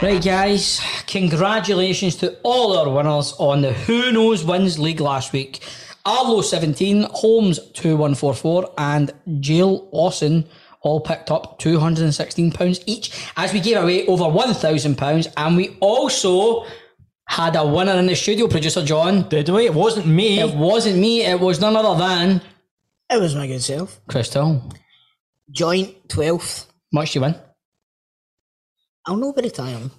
C: Right, guys, congratulations to all our winners on the Who Knows Wins League last week. Arlo 17, Holmes 2144, and Jail Austin all picked up £216 each as we gave away over £1,000. And we also had a winner in the studio, producer John.
E: Did we? It wasn't me.
C: It wasn't me, it was none other than
F: It was my good self.
C: Crystal.
F: Joint 12th.
C: Much you win.
F: I'll know by
C: [LAUGHS]
F: the time.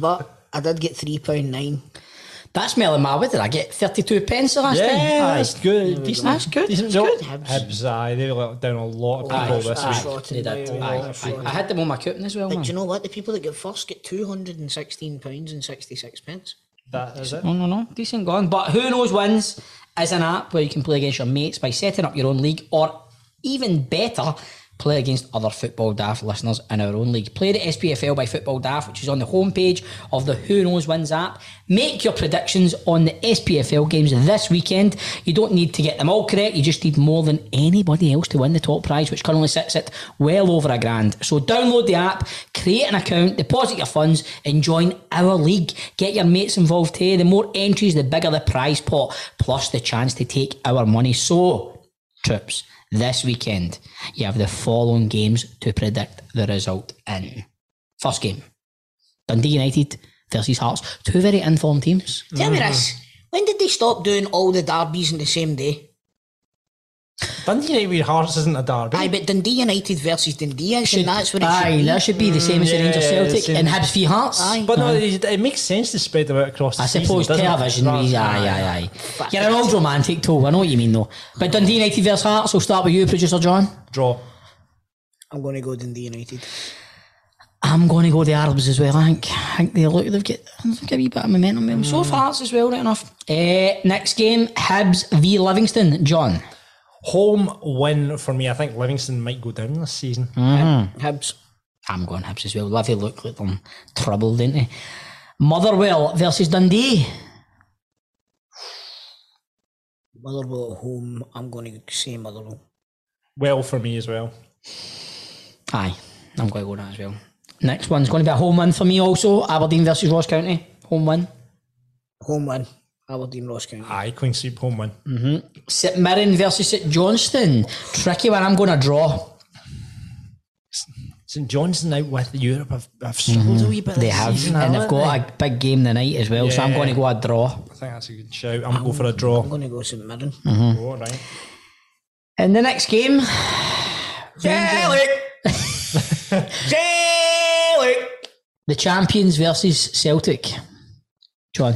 F: but I did get £3.9.
C: That's Melon Ma. What did I get? 32 pence oh, the last
E: yeah,
C: time?
E: that's good. Decent.
C: That's good.
E: Decent.
C: That's
E: No,
C: good.
E: Hibs, aye. They let down a lot of
C: Aye,
E: people this
C: aye,
E: week.
C: they did.
F: Shortened
C: Oh, Aye,
F: by-
C: aye.
F: shortened.
C: I had them on my coupon as well.
F: But
C: Man.
F: do you know what? The people that get first get two hundred and sixteen pounds and sixty six pence.
E: That is it.
C: No, no, no. Decent going. But Who Knows Wins is an app where you can play against your mates by setting up your own league or even better, play against other Football Daft listeners in our own league. Play the SPFL by Football Daft, which is on the homepage of the Who Knows Wins app. Make your predictions on the SPFL games this weekend. You don't need to get them all correct, you just need more than anybody else to win the top prize, which currently sits at well over a grand. So download the app, create an account, deposit your funds, and join our league. Get your mates involved here. The more entries, the bigger the prize pot, plus the chance to take our money. So, troops, this weekend, you have the following games to predict the result in. First game Dundee United versus Hearts. Two very informed teams.
F: Tell me this. When did they stop doing all the derbies on the same day?
E: Dundee United with Hearts isn't a derby.
F: Aye, but Dundee United versus Dundee is, and that's what it
C: aye,
F: should be.
C: that should be the same as the Rangers Celtic and Hibs v Hearts.
F: Aye.
E: But no, it, it makes sense to spread them out across the
C: I
E: season,
C: suppose
E: doesn't it?
C: television.
E: Rather
C: Aye,
E: than-
C: aye, aye. You're an old romantic, too. I know what you mean, though. But Dundee United versus Hearts. We'll start with you, producer John.
E: Draw.
F: I'm going to go Dundee United.
C: I'm going to go the Arabs as well. I think. I think they look. They've got, they've got a wee bit of momentum. with them. So far, Hearts as well, right enough. Eh, next game, Hibs v Livingston. John.
E: Home win for me. I think Livingston might go down this season.
C: Mm.
F: Hibs.
C: I'm going Hibs as well. Livy look like them troubled, didn't they? Motherwell versus Dundee.
F: Motherwell at home. I'm going to say Motherwell.
E: Well, for me as well.
C: Aye, I'm going to go that as well. Next one's going to be a home win for me also. Aberdeen versus Ross County. Home win.
F: Home win. Aberdeen Ross County.
C: Mm.
E: Aye, clean sweep home win.
C: hmm St Mirren versus St Johnston. Tricky one. I'm going to draw.
E: St Johnson out with Europe. I've, I've
C: Mm-hmm.
E: struggled a wee bit.
C: They
E: this
C: have,
E: season,
C: and they've
E: haven't
C: got
E: they?
C: a big game tonight as well. So I'm
E: Yeah.
C: going to go a draw.
E: I think that's a good shout. I'm going for a draw.
F: I'm going to go St Mirren.
E: Draw, right.
C: Mm-hmm. In the next game, the champions versus Celtic. John,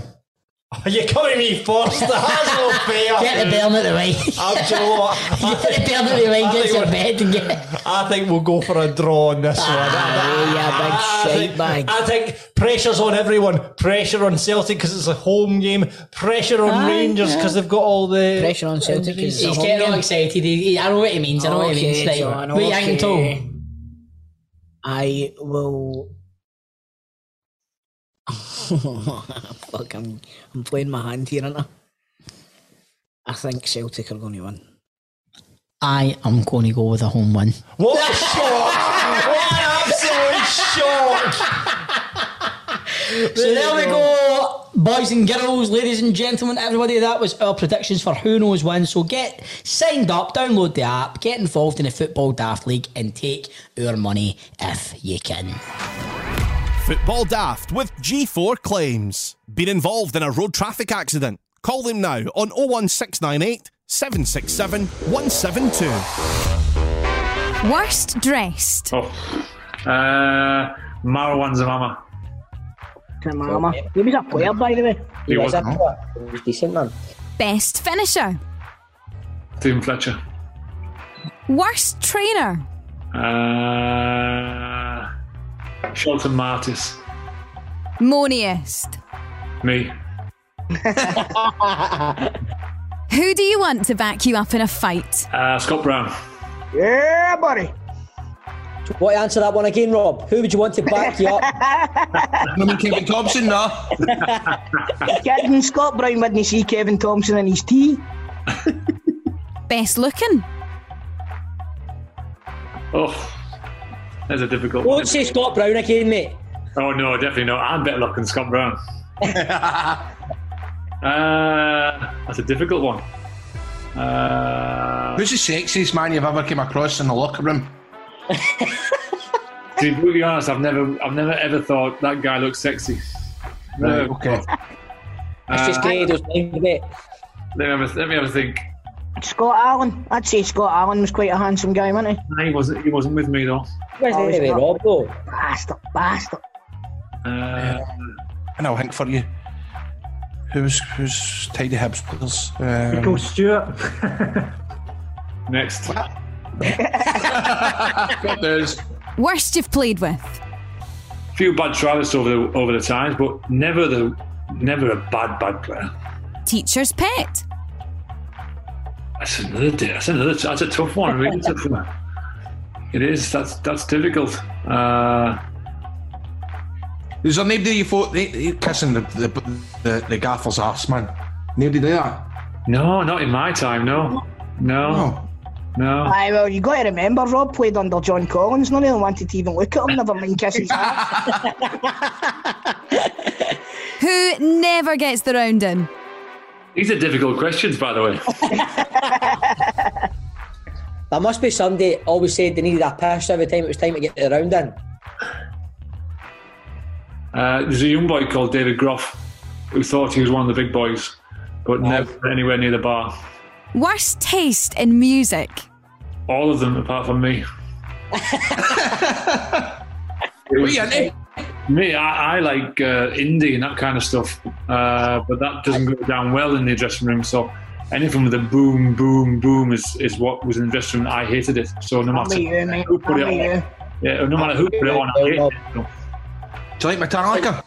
E: Are you coming at me first? [LAUGHS] That's no fair.
C: get the burn at the [LAUGHS] way.
E: Uh, do you know what?
C: [LAUGHS]
E: I
C: Get the
E: think-
C: burn at the way.
E: I
C: Get
E: think
C: to
E: we're-
C: bed and get.
E: I think we'll go for a draw on this one.
F: Ah,
E: I,
F: yeah, big
E: think,
F: shite bag.
E: I think pressure's on everyone. Pressure on Celtic because it's a home game. Pressure on
C: Aye,
E: Rangers because they've got all the
F: Pressure on Celtic.
E: injuries.
F: is a
C: He's
F: home
C: getting all
F: game.
C: excited. He, he- I know what he means. I know what he
F: Okay,
C: means. Like,
F: John,
C: What you
F: okay.
C: think, Tom?
F: I will. [LAUGHS] Fuck, I'm, I'm playing my hand here, aren't I? I think Celtic are going to win.
C: I am going to go with a home win.
E: What a shock! what an absolute shock!
C: So there we go, boys and girls, ladies and gentlemen, everybody. That was our predictions for who knows when. So get signed up, download the app, get involved in the Football Daft League, and take our money if you can.
A: Football Daft with G4 Claims. Been involved in a road traffic accident? Call them now on 01698 767 172.
L: Worst dressed.
N: Uh, Marwan Zamama.
F: Kamama. He was a player, by the way.
N: He was.
F: He was decent, man.
L: Best finisher.
N: Stephen Fletcher.
L: Worst trainer.
N: Uh, Shelton Martis.
L: Moniest.
N: Me.
L: Who do you want to back you up in a fight?
N: Uh, Scott Brown.
F: Yeah, buddy.
O: What answer that one again, Rob? Who would you want to back you
F: [LAUGHS]
O: up?
M: I mean, Kevin Thompson, no.
F: Kidding, Scott Brown wouldn't see Kevin Thompson in his tea.
L: [LAUGHS] Best looking.
N: Oh, that's a difficult one.
O: Don't say Scott Brown again, mate.
N: Oh, no, definitely not. I'm better luck than Scott Brown. uh, that's a difficult one. Uh,
M: Who's the sexiest man you've ever came across in the locker
N: [LAUGHS]
M: room?
N: to be brutally honest, I've never, I've never ever thought that guy looks sexy. No,
M: Right, okay.
O: That's just
N: Uh,
O: Gado's mind, mate.
N: Let me, have a, let me have a think.
F: Scott Allen. I'd say Scott Allen was quite a handsome guy, wasn't he?
N: He wasn't, he wasn't with me though.
O: Where's
F: Oh, he's
O: anyway,
F: not.
O: Rob, though?
F: Bastard, bastard.
N: Uh,
M: And I'll hint for you. Who's who's tidy Hibs players? Um,
N: Michael Stewart. Next. There's
L: Worst you've played with.
N: a few bad tries over the over the times, but never the Never a bad, bad player.
L: Teacher's pet.
N: That's another day. That's another. That's a tough one. Really tough one. It is. That's that's difficult. Uh,
M: Is there nobody you thought they, they kissing the the, the the gaffer's ass, man? Nobody do that.
N: No, not in my time. No,
M: Oh.
N: no, no.
P: Aye, well, you got to remember, Rob played under John Collins. None of them wanted to even look at him, never mind kiss his ass.
L: Who never gets the rounding?
N: These are difficult questions, by the way.
O: There must be somebody always said they needed a piss every time it was time to get the round in.
N: Uh, there's a young boy called David Groff who thought he was one of the big boys, but never anywhere near the bar.
L: Worst taste in music.
N: All of them, apart
P: [LAUGHS]
N: from me. It was- Me, I, I like uh, indie and that kind of stuff, uh, but that doesn't go down well in the dressing room. So anything with a boom, boom, boom is, is what was in the dressing room. I hated it. So no
P: I'm
N: matter
P: with you, mate.
N: who put
P: I'm
N: it on,
P: with you.
N: yeah, no matter who put it on, I hated it. So.
M: Do you like Metallica?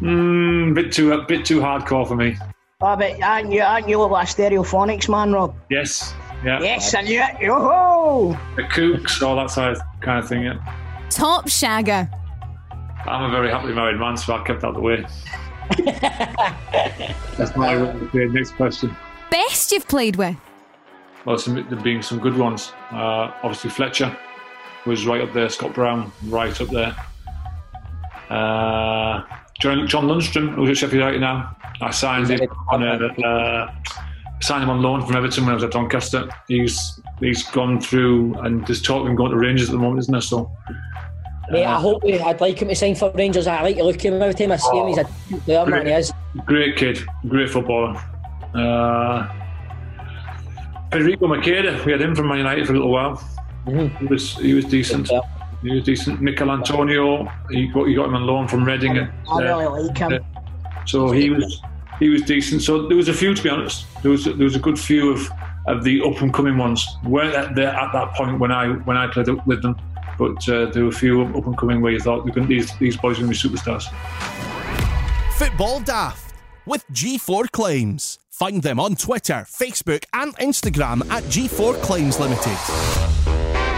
N: Mm, bit too a bit too hardcore for me.
P: Ah, but aren't you, aren't you like stereophonics, man, Rob?
N: Yes, yeah.
P: Yes, I knew it. Yo-ho!
N: The Kooks, all that side kind of thing. Yeah,
L: Top shagger.
N: I'm a very happily married man, so I kept out the way. That's my okay, next question.
L: Best you've played with.
N: Well, some, there being some good ones. Uh, obviously, Fletcher was right up there. Scott Brown, right up there. Uh, John, John Lundstrom, who's at Sheffield United now. I signed him on a, uh, signed him on loan from Everton when I was at Doncaster. He's he's gone through and there's talk of him going to Rangers at the moment, isn't there? So
O: Mate,
C: Uh-huh.
O: I hope we, I'd like him to sign for Rangers. I like to look at him every time I see him. He's a decent player, man. He is.
N: great kid, great footballer. Uh, Federico Makeda, we had him from Man United for a little while. He was he was decent. He was decent. Mikel Antonio, he got he got him on loan from Reading. and,
P: I
N: uh,
P: really like him.
N: so he was he was decent. So there was a few, to be honest. There was there was a good few of, of the up and coming ones. weren't at there at that point when I when I played with them, but uh, there were a few up and coming where you thought "Look, these these boys are going to be superstars.
A: Football Daft with G4 Claims. Find them on Twitter, Facebook, and Instagram at G4 Claims Limited.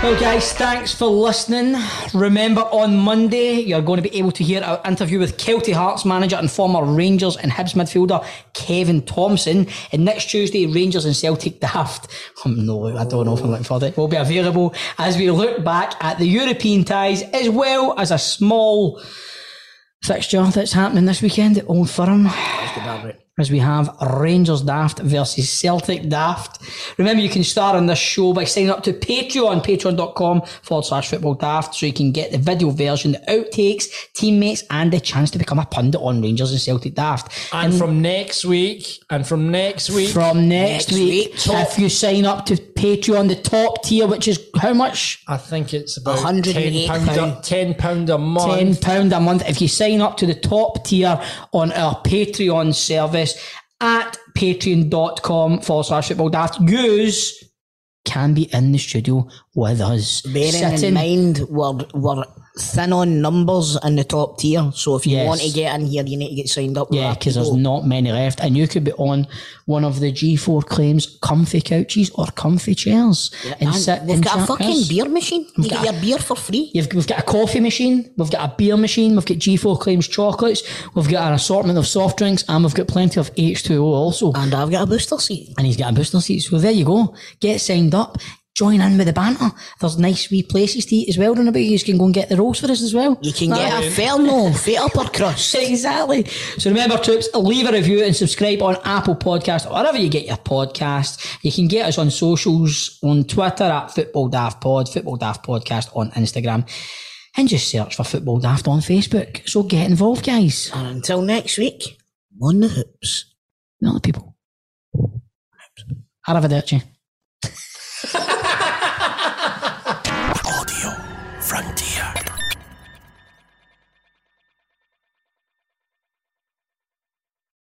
C: Well, guys, thanks for listening. Remember, on Monday, you're going to be able to hear our interview with Kelty Hearts manager and former Rangers and Hibs midfielder Kevin Thompson. And next Tuesday, Rangers and Celtic Daft. Um, no, I don't know if I'm looking for it. Will be available as we look back at the European ties as well as a small fixture that's happening this weekend at Old Firm. As we have Rangers Daft versus Celtic Daft. Remember, you can start on this show by signing up to Patreon, patreon.com forward slash football daft, so you can get the video version, the outtakes, teammates, and the chance to become a pundit on Rangers and Celtic Daft.
E: And from next week, and from next week,
C: from next, week, if you sign up to Patreon, the top tier, which is how much?
E: I think it's about
C: £108.
E: ten pound, a, ten pound a month.
C: £10 a month. If you sign up to the top tier on our Patreon service at patreon.com forward slash football daft, use can be in the studio with us.
F: Bearing in
C: Sitting-
F: mind, we're, we're thin on numbers in the top tier. So if you
C: Yes.
F: want to get in here, you need to get signed up.
C: Yeah, because
F: Oh.
C: there's not many left, and you could be on one of the G4 claims comfy couches or comfy chairs and sit
F: We've
C: and
F: got a
C: chat with
F: fucking
C: us.
F: beer machine. You
C: We've
F: get
C: got a-
F: your beer for free.
C: You've, we've got a coffee machine, we've got a beer machine, we've got G4 Claims chocolates, we've got an assortment of soft drinks, and we've got plenty of H2O also.
F: And I've got a booster seat.
C: And he's got a booster seat. So there you go. Get signed up. Join in with the banter. There's nice wee places to eat as well, don't about you can go and get the rolls for us as well. You
F: can get a Ferno, fit upper
C: [LAUGHS]
F: crust.
C: exactly. So remember, troops, leave a review and subscribe on Apple Podcast or wherever you get your podcast. You can get us on socials on Twitter at Football Daft Pod, Football Daft Podcast on Instagram, and just search for Football Daft on Facebook. So get involved, guys.
F: And until next week, on the hoops.
C: Not the people. Arrivederci.